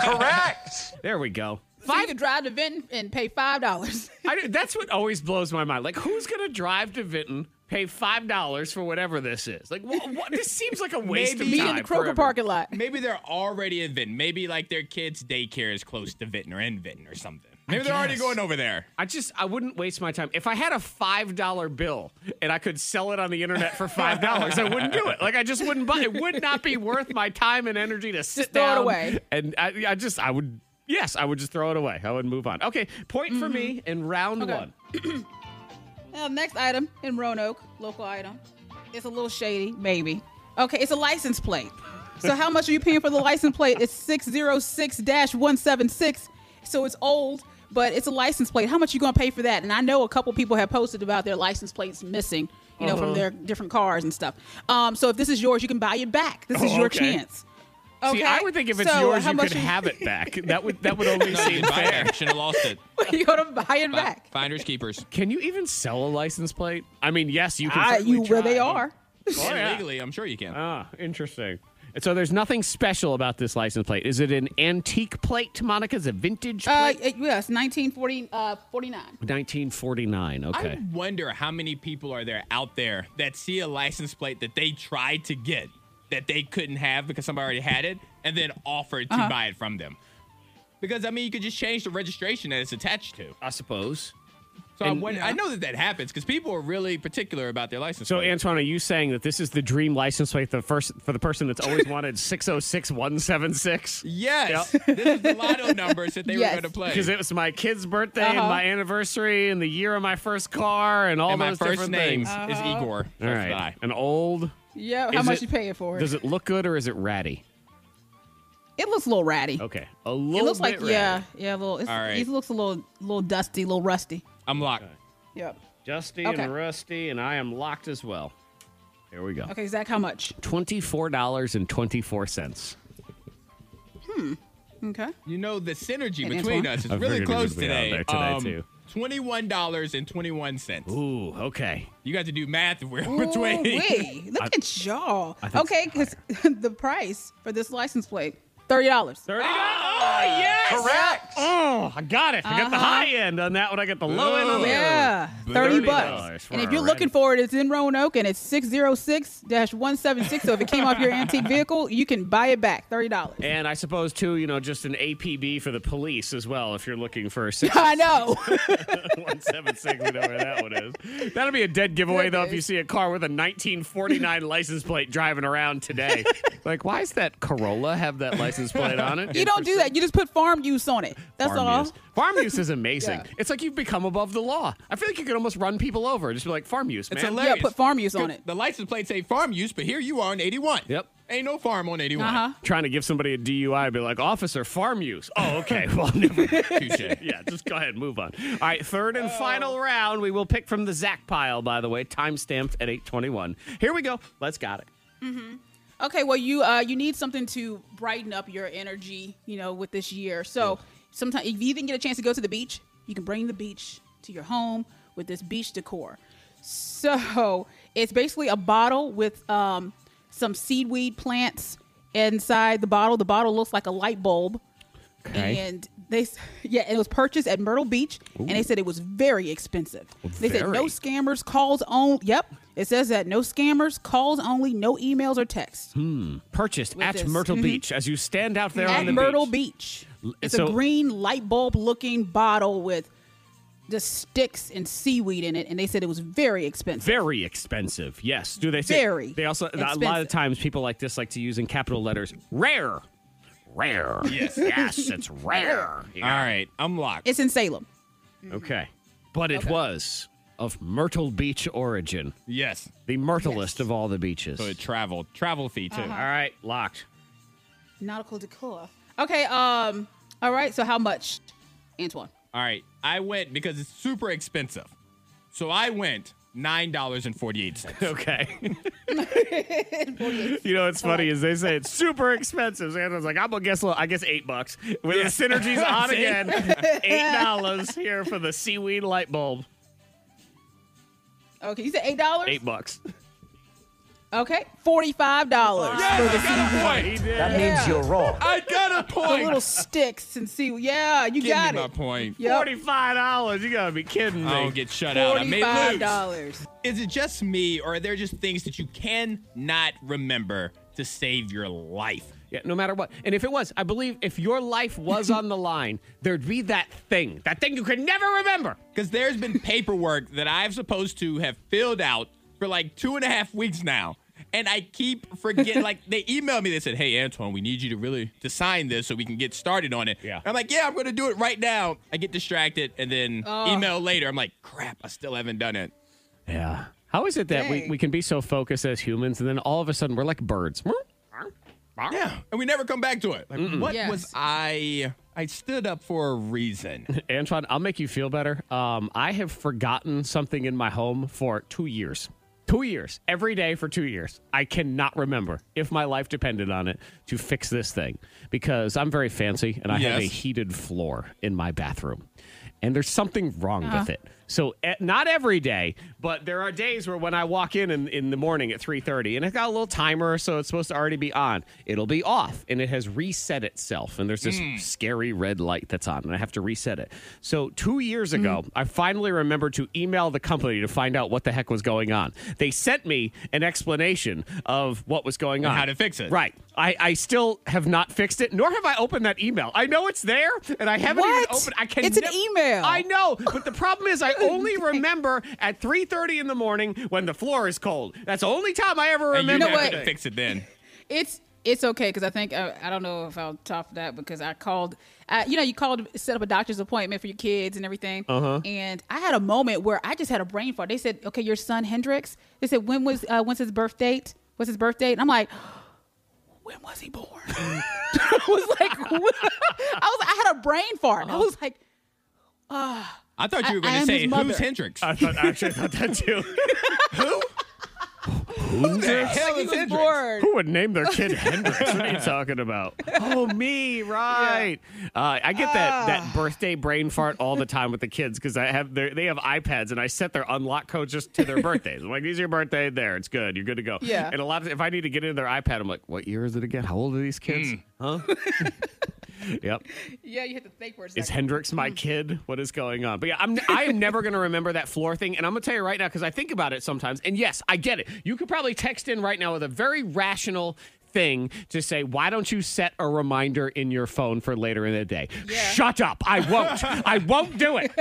S1: Correct. There we go.
S4: So you could drive to Benton and pay five dollars.
S1: I, do- that's what always blows my mind. Like, who's gonna drive to Vinton, pay five dollars for whatever this is? Like, what, what, this seems like a waste
S3: Maybe-
S1: of
S3: Meet
S1: time.
S3: in the Kroger
S1: for every-
S4: parking lot.
S3: Maybe they're already in Vinton. Maybe like their kids' daycare is close to Vinton or in Vinton or something.
S1: I
S3: Maybe they're already
S1: guess.
S3: going over there.
S1: I just I wouldn't waste my time. If I had a five dollar bill and I could sell it on the internet for five dollars, I wouldn't do it. Like I just wouldn't buy. It would not be worth my time and energy to sit
S4: throw it
S1: down
S4: away.
S1: And I, I just I would yes I would just throw it away. I would move on. Okay, point for me in round
S4: Mm-hmm. Okay.
S1: one.
S4: Uh, next item in Roanoke, local item. It's a little shady, maybe. Okay, it's a license plate. So how much are you paying for the license plate? It's 606-176. So it's old, but it's a license plate. How much you going to pay for that? And I know a couple people have posted about their license plates missing, you know,
S1: Uh-huh.
S4: from their different cars and stuff. Um, so if this is yours, you can buy it back. This is
S1: Oh,
S4: your
S1: okay.
S4: chance.
S1: See, I would think if it's
S4: So
S1: yours,
S4: how
S1: you
S4: much
S1: could have it back. That would that would only
S3: No,
S1: seem
S3: you'd buy it
S1: fair.
S3: back. Should have lost it.
S4: you go to buy it back.
S3: Finders keepers.
S1: Can you even sell a license plate? I mean, yes, you can.
S4: I-
S1: certainly
S4: Ah, you where
S1: try.
S4: they are.
S3: And
S1: Oh, yeah.
S3: legally, I'm sure you can.
S1: Ah, interesting. And so there's nothing special about this license plate. Is it an antique plate, Monica? Is it vintage?
S4: Uh, it- yes, 1949. Uh, 49.
S1: 1949. Okay.
S3: I wonder how many people are there out there that see a license plate that they tried to get that they couldn't have because somebody already had it and then offered to
S1: Uh-huh.
S3: buy it from them. Because I mean, you could just change the registration that it's attached to.
S1: I suppose.
S3: So I,
S1: And-
S3: wonder, I know that that happens because people are really particular about their license.
S1: So, Antoine, are you saying that this is the dream license plate the first for the person that's always wanted 606176?
S3: Yes. This is the lotto numbers that they
S1: Yes.
S3: were going to play.
S1: Because it was my kid's birthday
S3: Uh-huh.
S1: and my anniversary and the year of my first car and all
S3: And my
S1: those
S3: first
S1: different
S3: name
S1: things.
S3: is Uh-huh. Igor.
S1: All
S3: That's
S1: right. An old.
S4: Yeah, how
S1: Is
S4: much
S1: it-
S4: you paying for it?
S1: Does it look good or is it ratty?
S4: It looks a little ratty.
S1: Okay. A little
S4: it looks like
S1: bit
S4: yeah,
S1: ratty.
S4: yeah, a little. It's,
S1: All right.
S4: It looks a little, little dusty, a little rusty.
S3: I'm locked.
S4: Yep.
S1: Dusty
S4: Okay.
S1: and rusty, and I am locked as well. Here we go.
S4: Okay, Zach, how much?
S1: $24.24.
S4: Hmm. Okay.
S3: You know, the synergy
S4: And
S3: between
S4: Antoine?
S3: us is
S1: I
S3: really
S1: figured we
S3: close
S1: would be on
S3: today. Um,
S1: there today, too.
S3: Twenty-one dollars and twenty-one cents.
S1: Ooh, okay.
S3: You got to do math if we're between.
S4: Ooh, Oh, look at y'all.
S3: I think
S4: Okay, because the price for this license plate thirty dollars.
S1: Thirty dollars. Oh yes. Correct. Oh, I got it. I got the
S4: Ah, Uh-huh.
S1: high end on that one. I got the low end on the
S4: Yeah,
S1: other one.
S4: thirty
S1: $30.
S4: bucks. And if you're looking for it, it's in Roanoke, and it's six zero six one seven six. So if it came off your antique vehicle, you can buy it back thirty dollars.
S1: And I suppose too, you know, just an APB for the police as well. If you're looking for six
S4: I know.
S1: one seven six, we know where that one is. That'll be a dead giveaway though. If you see a car with a 1949 license plate driving around today, like why is that Corolla have that license plate on it?
S4: You don't do that. You just put farm use on it. That's
S1: farm
S4: all.
S1: Use. Farm use is amazing. It's like you've become above the law. I feel like you could almost run people over. Just be like farm use, man.
S3: It's hilarious.
S4: farm use
S3: on it. The license plate say farm use, but here you are in 81. Yep. Ain't no farm on 81.
S4: Uh-huh.
S1: Trying to give somebody a DUI, be like, officer, farm use. Oh, okay. Well, never.
S3: Touche.
S1: yeah, just go ahead, and move on. All right, third and
S4: Oh.
S1: final round. We will pick from the Zach pile, by the way, time stamped at 821. Here we go. Let's got it.
S4: Okay, well you uh you need something to brighten up your energy, you know, with this year. So sometimes if you didn't get a chance to go to the beach, you can bring the beach to your home with this beach decor. So it's basically a bottle with um some seaweed plants inside the bottle. The bottle looks like a light bulb.
S1: Okay.
S4: And they s- yeah, and it was purchased at Myrtle Beach and they
S1: Ooh.
S4: said it was very expensive. They said no
S1: Very.
S4: scammers calls on yep. It says that no scammers, calls only, no emails or texts.
S1: Hmm. Purchased
S4: With
S1: at
S4: this.
S1: Myrtle
S4: Mhm.
S1: Beach as you stand out there
S4: at
S1: on the
S4: Myrtle
S1: beach.
S4: Beach.
S1: L-
S4: It's
S1: so-
S4: a green light bulb looking bottle with just sticks and seaweed in it, and they said it was very expensive.
S1: Very expensive. Yes. Do they say?
S4: Very
S1: They also a lot of
S4: expensive.
S1: times people like this like to use in capital letters. Rare. Rare.
S3: Yes.
S1: yes. It's rare.
S3: All right, I'm locked.
S4: It's in Salem.
S1: Okay. But it was of Myrtle Beach origin.
S3: Yes.
S1: The Myrtlest of all the beaches.
S3: So it traveled. Travel fee, too.
S4: Uh-huh.
S1: All right, locked.
S4: Nautical decor. Okay, um, all right, so how much, Antoine?
S3: All right, I went because it's super expensive. So I went $9.48.
S1: okay. You know what's funny is they say it's super expensive. So I was like, I'm gonna guess. I guess eight bucks with
S3: Yeah.
S1: the synergies on
S3: See?
S1: again. Eight dollars here for the seaweed light bulb.
S4: Okay, you said eight dollars.
S1: Eight bucks.
S4: Okay, forty-five dollars.
S1: He did.
S4: That means Yeah. you're
S1: wrong.
S3: I got a
S4: The little sticks and seaweed. Yeah, you
S3: Give
S4: got
S3: me my
S4: it.
S3: point.
S4: Yep.
S1: Forty-five dollars. You gotta be kidding me.
S3: I don't Oh, get shut out. I made
S4: Forty-five
S3: loose.
S4: dollars.
S3: Is it just me, or are there just things that you cannot remember to save your life?
S1: Yeah, no matter what. And if it was, I believe if your life was on the line, there'd be that thing, that thing you could never remember.
S3: Because there's been paperwork that I'm supposed to have filled out for like two and a half weeks now. And I keep forgetting, like, they emailed me, they said, Hey, Antoine, we need you to really to sign this so we can get started on it. Yeah. I'm like, Yeah, I'm going to do it right now. I get distracted and then
S1: Oh.
S3: email later. I'm like, Crap, I still haven't done it.
S1: Yeah. How is it that we, we can be so focused as humans and then all of a sudden we're like birds?
S3: Yeah, and we never come back to it. Like,
S19: Mm-mm.
S3: what
S19: Yes.
S3: was I? I stood up for a reason.
S1: Antoine, I'll make you feel better. Um, I have forgotten something in my home for two years. Two years. Every day for two years. I cannot remember if my life depended on it to fix this thing because I'm very fancy and I have a
S19: Yes.
S1: heated floor in my bathroom. And there's something wrong
S19: Uh-huh.
S1: with it. So eh, not every day, but there are days where when I walk in, in in the morning at 3:30 and it's got a little timer so it's supposed to already be on, it'll be off and it has reset itself and there's this
S3: Hmm.
S19: Mm.
S1: scary red light that's on and I have to reset it. So 2 years
S3: Hmm.
S1: ago, I finally remembered to email the company to find out what the heck was going on. They sent me an explanation of what was going
S3: And
S1: on.
S3: how to fix it.
S1: Right. I, I still have not fixed it, nor have I opened that email. I know it's there, and I haven't even
S19: What?
S1: opened. I can.
S19: It's an
S1: nev-
S19: email.
S1: I know, but the problem is, I only remember at three thirty in the morning when the floor is cold. That's the only time I ever
S3: And you
S1: remember.
S3: never could fix it then.
S4: It's it's okay because I think I, I don't know if I'll top that because I called. I, you know, you called to set up a doctor's appointment for your kids and everything.
S1: Uh-huh.
S4: And I had a moment where I just had a brain fart. They said, "Okay, your son Hendrix." They said, "When was uh, when's his birth date? What's his birth date?" And I'm like. When was he born? I was like, what? I was. I had a brain fart. I was like, ah.
S3: I thought you were
S4: I-
S3: going
S4: I
S3: to
S4: am
S3: say
S4: his
S3: who's
S4: mother."
S3: Hendrix.
S1: I thought actually I thought that too.
S3: Who the hell
S4: He
S3: is
S4: was
S3: Hendrix?
S4: born.
S1: Who would name their kid Hendrix? What are you talking about? Oh, me, right? Uh, I get that that birthday brain fart all the time with the kids because I have their, they have iPads and I set their unlock codes just to their birthdays. I'm like, "These are your birthday. There, it's good. You're good to go."
S19: Yeah.
S1: And a lot of if I need to get into their iPad, I'm like, "What year is it again? How old are these kids? Huh?" yep.
S4: Yeah, you had to think for a second.
S1: Is Hendrix my kid? What is going on? But yeah, I'm I am never going to remember that floor thing, and I'm going to tell you right now because I think about it sometimes. And yes, I get it. You could probably text in right now with a very rational thing to say, "Why don't you set a reminder in your phone for later in the day?" Shut up! I won't. I won't do it.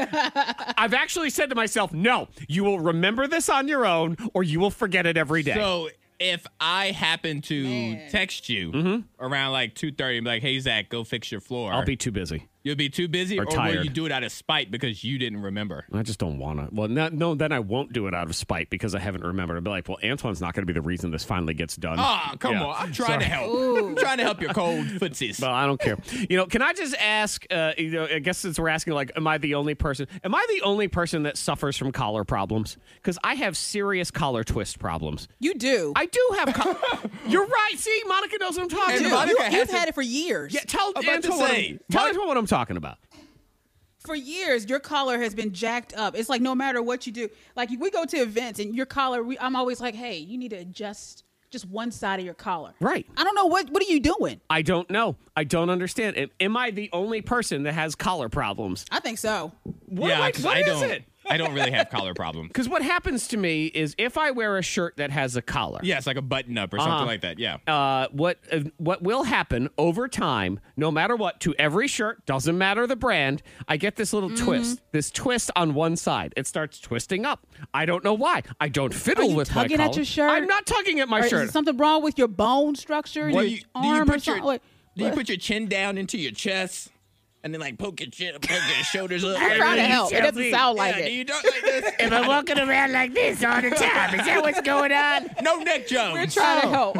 S1: I've actually said to myself, "No, you will remember this on your own, or you will forget it every day."
S3: So if I happen to text you around like two thirty, like, "Hey Zach, go fix your floor,"
S1: Mm-hmm. I'll be too busy.
S3: You'll be too busy,
S1: Or
S3: or, will you
S1: tired. Mm.
S3: do it out of spite because you didn't remember?
S1: I just don't want to. Well, no, no, then I won't do it out of spite because I haven't remembered. I'll be like, well, Antoine's not going to be the reason this finally gets done.
S3: Ah, come
S1: Yeah.
S3: on! I'm trying
S1: Sorry.
S3: to help. I'm trying to help your cold footsies.
S1: Well, I don't care. You know, can I just ask? Uh, you know, I guess since we're asking, like, am I the only person? Am I the only person that suffers from collar problems? Because I have serious collar twist problems.
S4: You do.
S1: I do have. Col- You're right. See, Monica knows what I'm talking
S4: You do.
S1: about.
S4: You- you've had it for years.
S1: Yeah, tell
S4: About to
S1: Antoine what I'm-
S4: say.
S1: tell Antoine what I'm talking about.
S4: for years your collar has been jacked up it's like no matter what you do like we go to events and your collar we, i'm always like hey you need to adjust just one side of your collar
S1: Right.
S4: i don't know what what are you doing
S1: I don't know. I don't understand. Am- Am I the only person that has collar problems?
S4: i think so
S1: What
S3: yeah,
S1: am I-
S3: 'cause
S1: what
S3: I
S1: is
S3: don't.
S1: it?
S3: I don't really have collar problems.
S1: Because what happens to me is if I wear a shirt that has a collar,
S3: Yeah, it's like a button up or something
S1: Uh-huh.
S3: like that. Yeah.
S1: uh, what uh, what will happen over time, no matter what, to every shirt, doesn't matter the brand, I get this
S4: Mm-hmm.
S1: little twist, this twist on one side. It starts twisting up. I don't know why. I don't fiddle
S4: are you
S1: with my
S4: tugging
S1: collar.
S4: at your shirt
S1: I'm not tugging at my
S4: Or is
S1: shirt.
S4: something wrong with your bone structure and
S3: Well,
S4: your
S3: you- do you
S4: arm or
S3: put your-
S4: something Like,
S3: Do you
S4: what?
S3: put your chin down into your chest and then like poke your chin, poke your shoulders up?
S4: I'm
S3: like,
S4: trying to
S3: "Hey,
S4: help. It
S3: tell
S4: doesn't
S3: me."
S4: sound like
S3: Yeah,
S4: it.
S3: do you don't like this?
S1: Am I walking around like this all the time? Is that what's going on?
S3: No neck Jones.
S1: We're trying to help.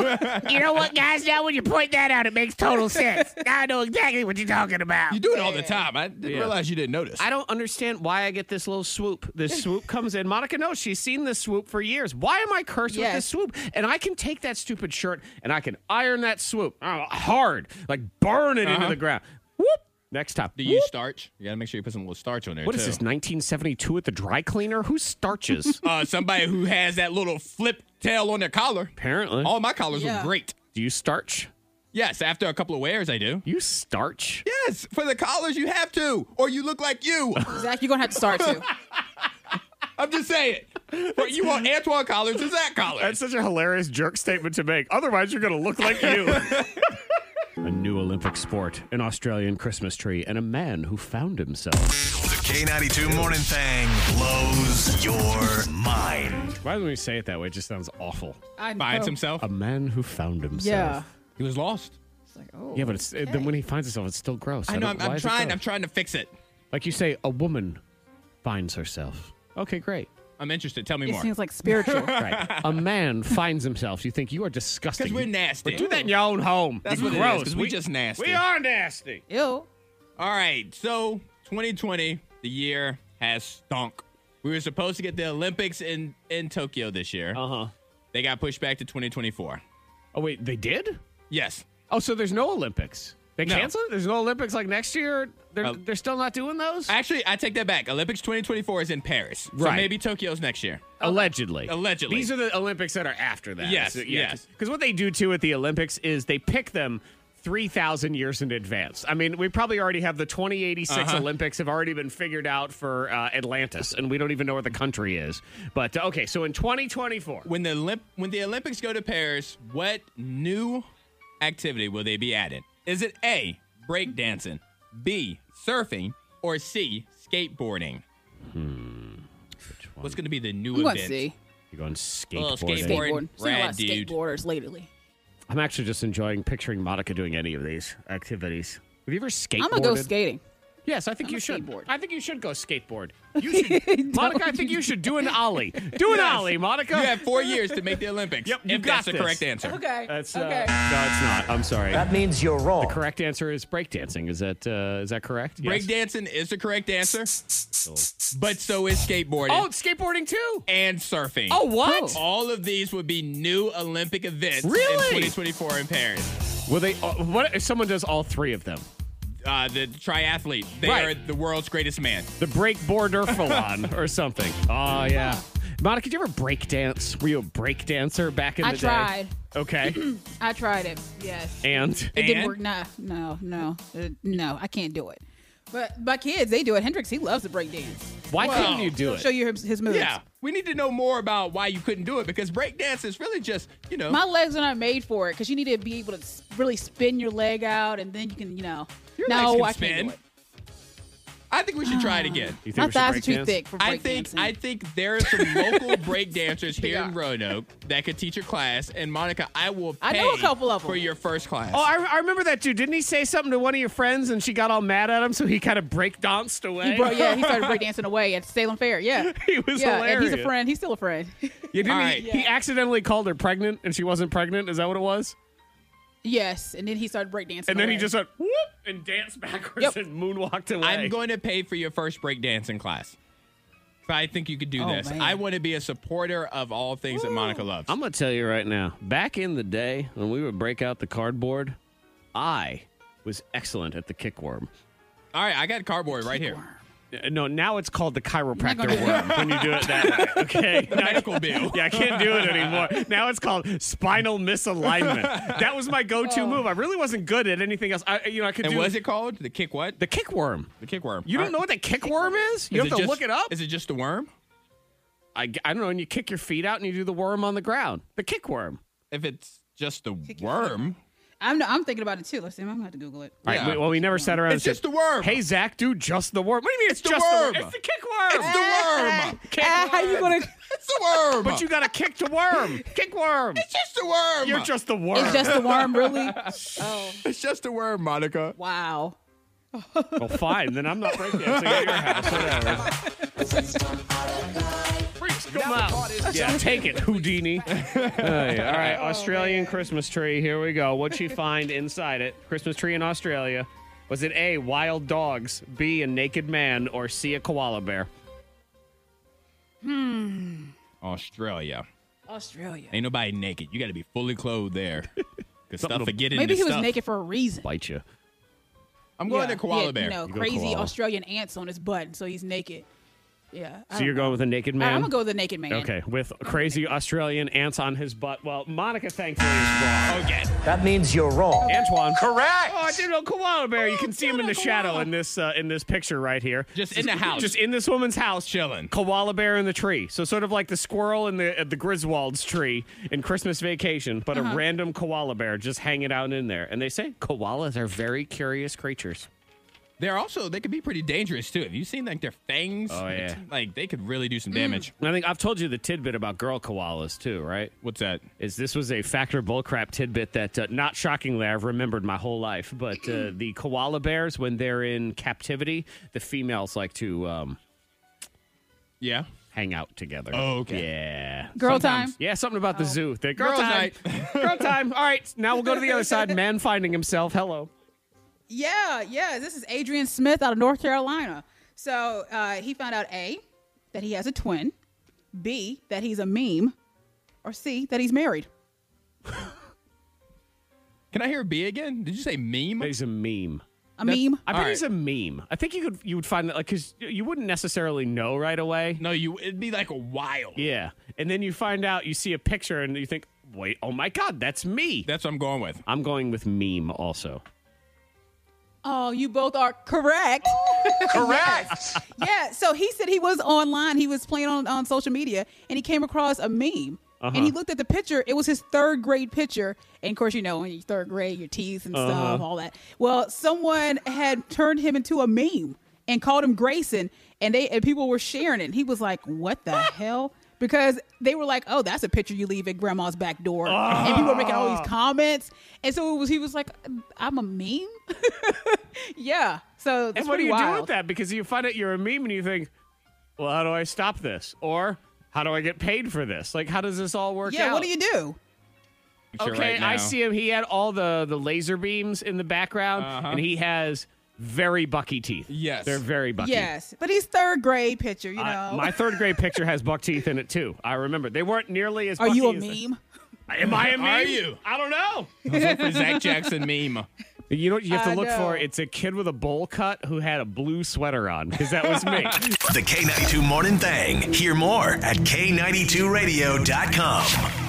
S20: you know what, guys? Now when you point that out, it makes total sense. Now I know exactly what you're talking about.
S3: You do it all the time. I didn't
S1: Yeah.
S3: realize you didn't notice.
S1: I don't understand why I get this little swoop. This swoop comes in. Monica knows she's seen this swoop for years. Why am I cursed with
S19: Yes.
S1: this swoop? And I can take that stupid shirt and I can iron that swoop uh, hard, like burn it into
S3: Uh-huh.
S1: the ground. Whoop! Next time.
S3: Do you use starch? You gotta make sure you put some little starch on there.
S1: What is
S3: too.
S1: this? 1972 at the dry cleaner? Who starches?
S3: Uh, somebody who has that little flip tail on their collar.
S1: Apparently,
S3: all my collars
S1: Yeah.
S3: were great.
S1: Do you starch?
S3: Yes, after a couple of wears, I do.
S1: You starch?
S3: Yes, for the collars, you have to, or you look like you.
S4: zach you're gonna have to start too
S3: I'm just saying. But you want Antoine collars or Zach collars?
S1: That's such a hilarious jerk statement to make. Otherwise, you're going to look like you. a new Olympic sport, an Australian Christmas tree, and a man who found himself.
S16: The K92 Morning Thing blows your mind.
S1: Why don't we say it that way? It just sounds awful.
S4: I Finds know.
S3: himself?
S1: A man who found himself.
S4: Yeah. oh.
S3: He was lost.
S1: yeah, but it's, then when he finds himself, it's still gross.
S3: I know. I'm,
S1: don't- why
S3: I'm
S1: is it
S3: trying.
S1: gross?
S3: I'm trying to fix it.
S1: Like you say, a woman finds herself. Okay, great.
S3: I'm interested. Tell me
S4: It
S3: more.
S4: seems like spiritual.
S1: right. A man finds himself. You think you are disgusting.
S3: 'Cause we're nasty.
S1: But do that in your own home.
S3: That's
S1: It's
S3: what it is,
S1: gross.
S3: 'cause we just nasty.
S1: We are nasty.
S4: Ew. All
S3: right. So 2020, the year has stunk. We were supposed to get the Olympics in in Tokyo this year.
S1: Uh-huh.
S3: Uh huh. They got pushed back to 2024.
S1: Oh wait, they did?
S3: Yes.
S1: Oh, so there's no Olympics. They
S3: No.
S1: canceled. it? There's no Olympics like next year. They're
S3: Uh,
S1: they're still not doing those.
S3: Actually, I take that back. Olympics 2024 is in Paris. So
S1: Right.
S3: maybe Tokyo's next year.
S1: Allegedly.
S3: Allegedly.
S1: These are the Olympics that are after that.
S3: Yes, yes.
S1: Because what they do too at the Olympics is they pick them 3,000 years in advance. I mean, we probably already have the 2086
S3: Uh-huh.
S1: Olympics have already been figured out for uh, Atlantis, and we don't even know where the country is. But uh, okay, so in 2024.
S3: When the Olymp- when the Olympics go to Paris, what new activity will they be added? Is it A, break dancing, B, surfing, or C, skateboarding? What's going to be the new
S4: I'm going
S3: event?
S4: C.
S1: You're going
S3: Oh,
S1: skateboarding.
S4: Skateboard. Seen a lot of
S3: Rad dude.
S4: skateboarders lately.
S1: I'm actually just enjoying picturing Monica doing any of these activities. Have you ever skateboarded?
S4: I'm gonna go skating.
S1: Yes, I think
S4: I'm
S1: you
S4: a
S1: should.
S4: skateboard.
S1: I think you should go skateboard. You should, Monica. I think you should do an ollie. Do an
S3: Yes.
S1: ollie, Monica.
S3: You have four years to make the Olympics.
S1: Yep, you
S3: if
S1: got
S3: that's the
S1: this.
S3: correct answer.
S4: Okay.
S1: That's uh,
S4: okay.
S1: no, it's not. I'm sorry.
S3: That
S1: means you're wrong. The correct answer is breakdancing. Is that uh, is that correct? Yes.
S3: Breakdancing is the correct answer, but so is skateboarding.
S1: Oh, it's skateboarding too.
S3: and surfing.
S1: Oh, what? Oh.
S3: All of these would be new Olympic events
S1: Really?
S3: in 2024 in Paris.
S1: Well, they. Uh, what if someone does all three of them?
S3: Uh, the triathlete, they
S1: Right.
S3: are the world's greatest man.
S1: The breakboarder salon or something. Oh yeah. Monica, did you ever breakdance? Were you a breakdancer back in
S4: I
S1: the
S4: tried.
S1: day? Okay.
S4: I tried it. Yes.
S1: and
S4: It didn't work. Nah, no, no, uh, no. I can't do it. But my kids, they do it. Hendrix, he loves to break dance.
S1: Why
S3: Well,
S1: couldn't you do it?
S4: Show you his, his moves.
S3: Yeah, we need to know more about why you couldn't do it because breakdance is really just, you know,
S4: My legs are not made for it because you need to be able to s- really spin your leg out, and then you can, you know.
S3: your
S4: no,
S3: legs
S4: I
S3: can
S4: can't
S3: spin.
S4: do it.
S3: I think we should try
S1: Ah.
S3: it again.
S1: You think
S4: My
S1: we should
S4: thighs are too
S1: breakdance?
S4: thick for
S3: I think
S4: breakdancing.
S3: I think there are some local break dancers here in Roanoke that could teach a class. And Monica, I will pay
S4: I know a couple of 'em.
S3: for your first class.
S1: Oh, I, I remember that dude. Didn't he say something to one of your friends and she got all mad at him? So he kind of break danced away.
S4: He bro, yeah, he started breakdancing away at Salem Fair. Yeah,
S1: He was
S4: yeah, And he's
S1: hilarious.
S4: a friend. He's still a friend.
S1: Yeah, didn't
S3: All
S1: he,
S3: right.
S1: he accidentally called her pregnant and she wasn't pregnant. Is that what it was?
S4: yes, and then he started breakdancing.
S1: And then he
S4: away.
S1: just went whoop and danced backwards and moonwalked away.
S3: I'm going to pay for your first breakdancing class. I think you could do
S1: Oh,
S3: this.
S1: man.
S3: I want to be a supporter of all things that Monica loves.
S1: I'm going to tell you right now. Back in the day when we would break out the cardboard, I was excellent at the kickworm.
S3: All right, I got cardboard right here.
S1: Uh, No, now it's called the chiropractor
S3: gonna do
S1: worm when you do it that way. Okay.
S3: The medical bill.
S1: Yeah, I can't do it anymore. Now it's called spinal misalignment. That was my go-to move. I really wasn't good at anything else. I, you know, I could
S3: Oh. And
S1: do.
S3: was it called the kick what?
S1: The kick worm.
S3: The kick worm.
S1: You don't know what the kick worm is? You
S3: Is
S1: have to
S3: just-
S1: look it up.
S3: Is it just a worm?
S1: I, I don't know. And you kick your feet out and you do the worm on the ground. The kick worm.
S3: If it's just a worm,
S4: I'm, I'm thinking about it too. Let's see. I'm gonna have to Google it.
S1: All right. we- well, we never sat around.
S3: It's
S1: and
S3: just
S1: said,
S3: the worm.
S1: Hey, Zach, do just the worm. What do you mean? It's,
S3: the
S1: just the
S3: worm.
S1: worm. It's the kick worm.
S3: it's the worm.
S4: Ah, how you gonna?
S3: It's the worm.
S1: But you got to kick to worm. Kick worm.
S3: It's just a worm.
S1: You're just the worm.
S4: It's just the worm, really.
S3: It's just a worm, Monica.
S4: Oh, Wow.
S1: Well, fine. Then I'm not breakdancing at your house. Whatever. Freaks come out. Yeah, take it, Houdini. Oh, yeah. All right, Australian Christmas tree. Here we go. What'd she find inside it? Christmas tree in Australia. Was it A, wild dogs, B, a naked man, or C, a koala bear?
S3: Australia.
S4: Australia.
S3: Ain't nobody naked. You got to be fully clothed there. Because stuff will get in
S4: Maybe
S3: the
S4: he was
S3: stuff.
S4: naked for a reason.
S1: Bite you.
S3: I'm going to koala
S4: yeah,
S3: bear.
S4: You know,
S1: You go
S4: crazy
S1: koala.
S4: Australian ants on his butt, so he's naked. Yeah. I
S1: So
S4: don't
S1: you're
S4: know.
S1: going with a naked
S4: I-
S1: man?
S4: Oh. Uh, I'm gonna go with the naked man.
S1: Okay, with crazy Australian ants on his butt. Well, Monica thankfully is wrong.
S3: Okay.
S1: That means you're wrong. Antoine. Correct. Oh, it's a little koala bear. you can see him in the shadow in this uh, in this picture right here.
S3: Oh, Just in the house.
S1: Just in this woman's house.
S3: Chilling.
S1: Koala bear in the tree. So sort of like the squirrel in the uh, the Griswold's tree in Christmas Vacation, but
S3: Uh-huh.
S1: a random koala bear just hanging out in there. And they say koalas are very curious creatures.
S3: They're also they could be pretty dangerous too. Have you seen like their fangs?
S1: Oh, yeah.
S3: Like they could really do some
S4: Mm.
S3: damage.
S1: And I think I've told you the tidbit about girl koalas too, right?
S3: What's that?
S1: Is this was a factor bullcrap tidbit that, uh, not shockingly, I've remembered my whole life. But uh, the koala bears, when they're in captivity, the females like to um,
S3: Yeah.
S1: hang out together.
S3: Oh, okay.
S1: Yeah.
S4: Girl time.
S1: Yeah, something about the zoo. The girl
S4: Girl
S1: time. girl time. All right, now we'll go to the other side. Man finding himself. Hello.
S4: Yeah, yeah. This is Adrian Smith out of North Carolina. So uh, he found out A, that he has a twin, B, that he's a meme, or C, that he's married.
S3: Can I hear B again? Did you say meme?
S1: He's a meme.
S4: A meme?
S1: I bet he's a meme. I think you could you would find that like because you wouldn't necessarily know right away.
S3: No, you it'd be like a while.
S1: Yeah, and then you find out you see a picture and you think, wait, oh my god, that's me.
S3: That's what I'm going with.
S1: I'm going with meme also.
S4: Oh, you both are correct. correct. yeah. So he said he was online. He was playing on, on social media and he came across a meme.
S1: Uh-huh.
S4: And he looked at the picture. It was his third grade picture. And of course, you know, when you're third grade, your teeth and stuff,
S1: Uh-huh.
S4: all that. Well, someone had turned him into a meme and called him Grayson. And they and people were sharing it. And he was like, what the hell? Because they were like, oh, that's a picture you leave at grandma's back door. And people were making all
S1: Ah.
S4: these comments. And so it was he was like, I'm a meme? Yeah. So that's
S1: and what do
S4: pretty
S1: you do
S4: wild.
S1: with that? Because you find out you're a meme and you think, well, how do I stop this? Or how do I get paid for this? Like, how does this all work out?
S4: yeah. What do you do?
S3: Sure
S1: okay,
S3: right
S1: I
S3: now.
S1: see him. He had all the the laser beams in the background,
S3: Uh-huh.
S1: and he has very bucky teeth.
S3: Yes.
S1: they're very bucky.
S4: Yes, but he's third grade pitcher. You know.
S1: I- my third grade picture has buck teeth in it too. I remember they weren't nearly as.
S4: Are you a
S1: bucky as-
S4: meme?
S1: Am I a meme?
S3: Are you?
S1: I don't know.
S3: I was looking for Zach Jackson meme.
S1: You know what you have to
S4: I
S1: look
S4: know.
S1: for? It's a kid with a bowl cut who had a blue sweater on because that was me.
S16: The K92 Morning Thing. Hear more at K92Radio.com.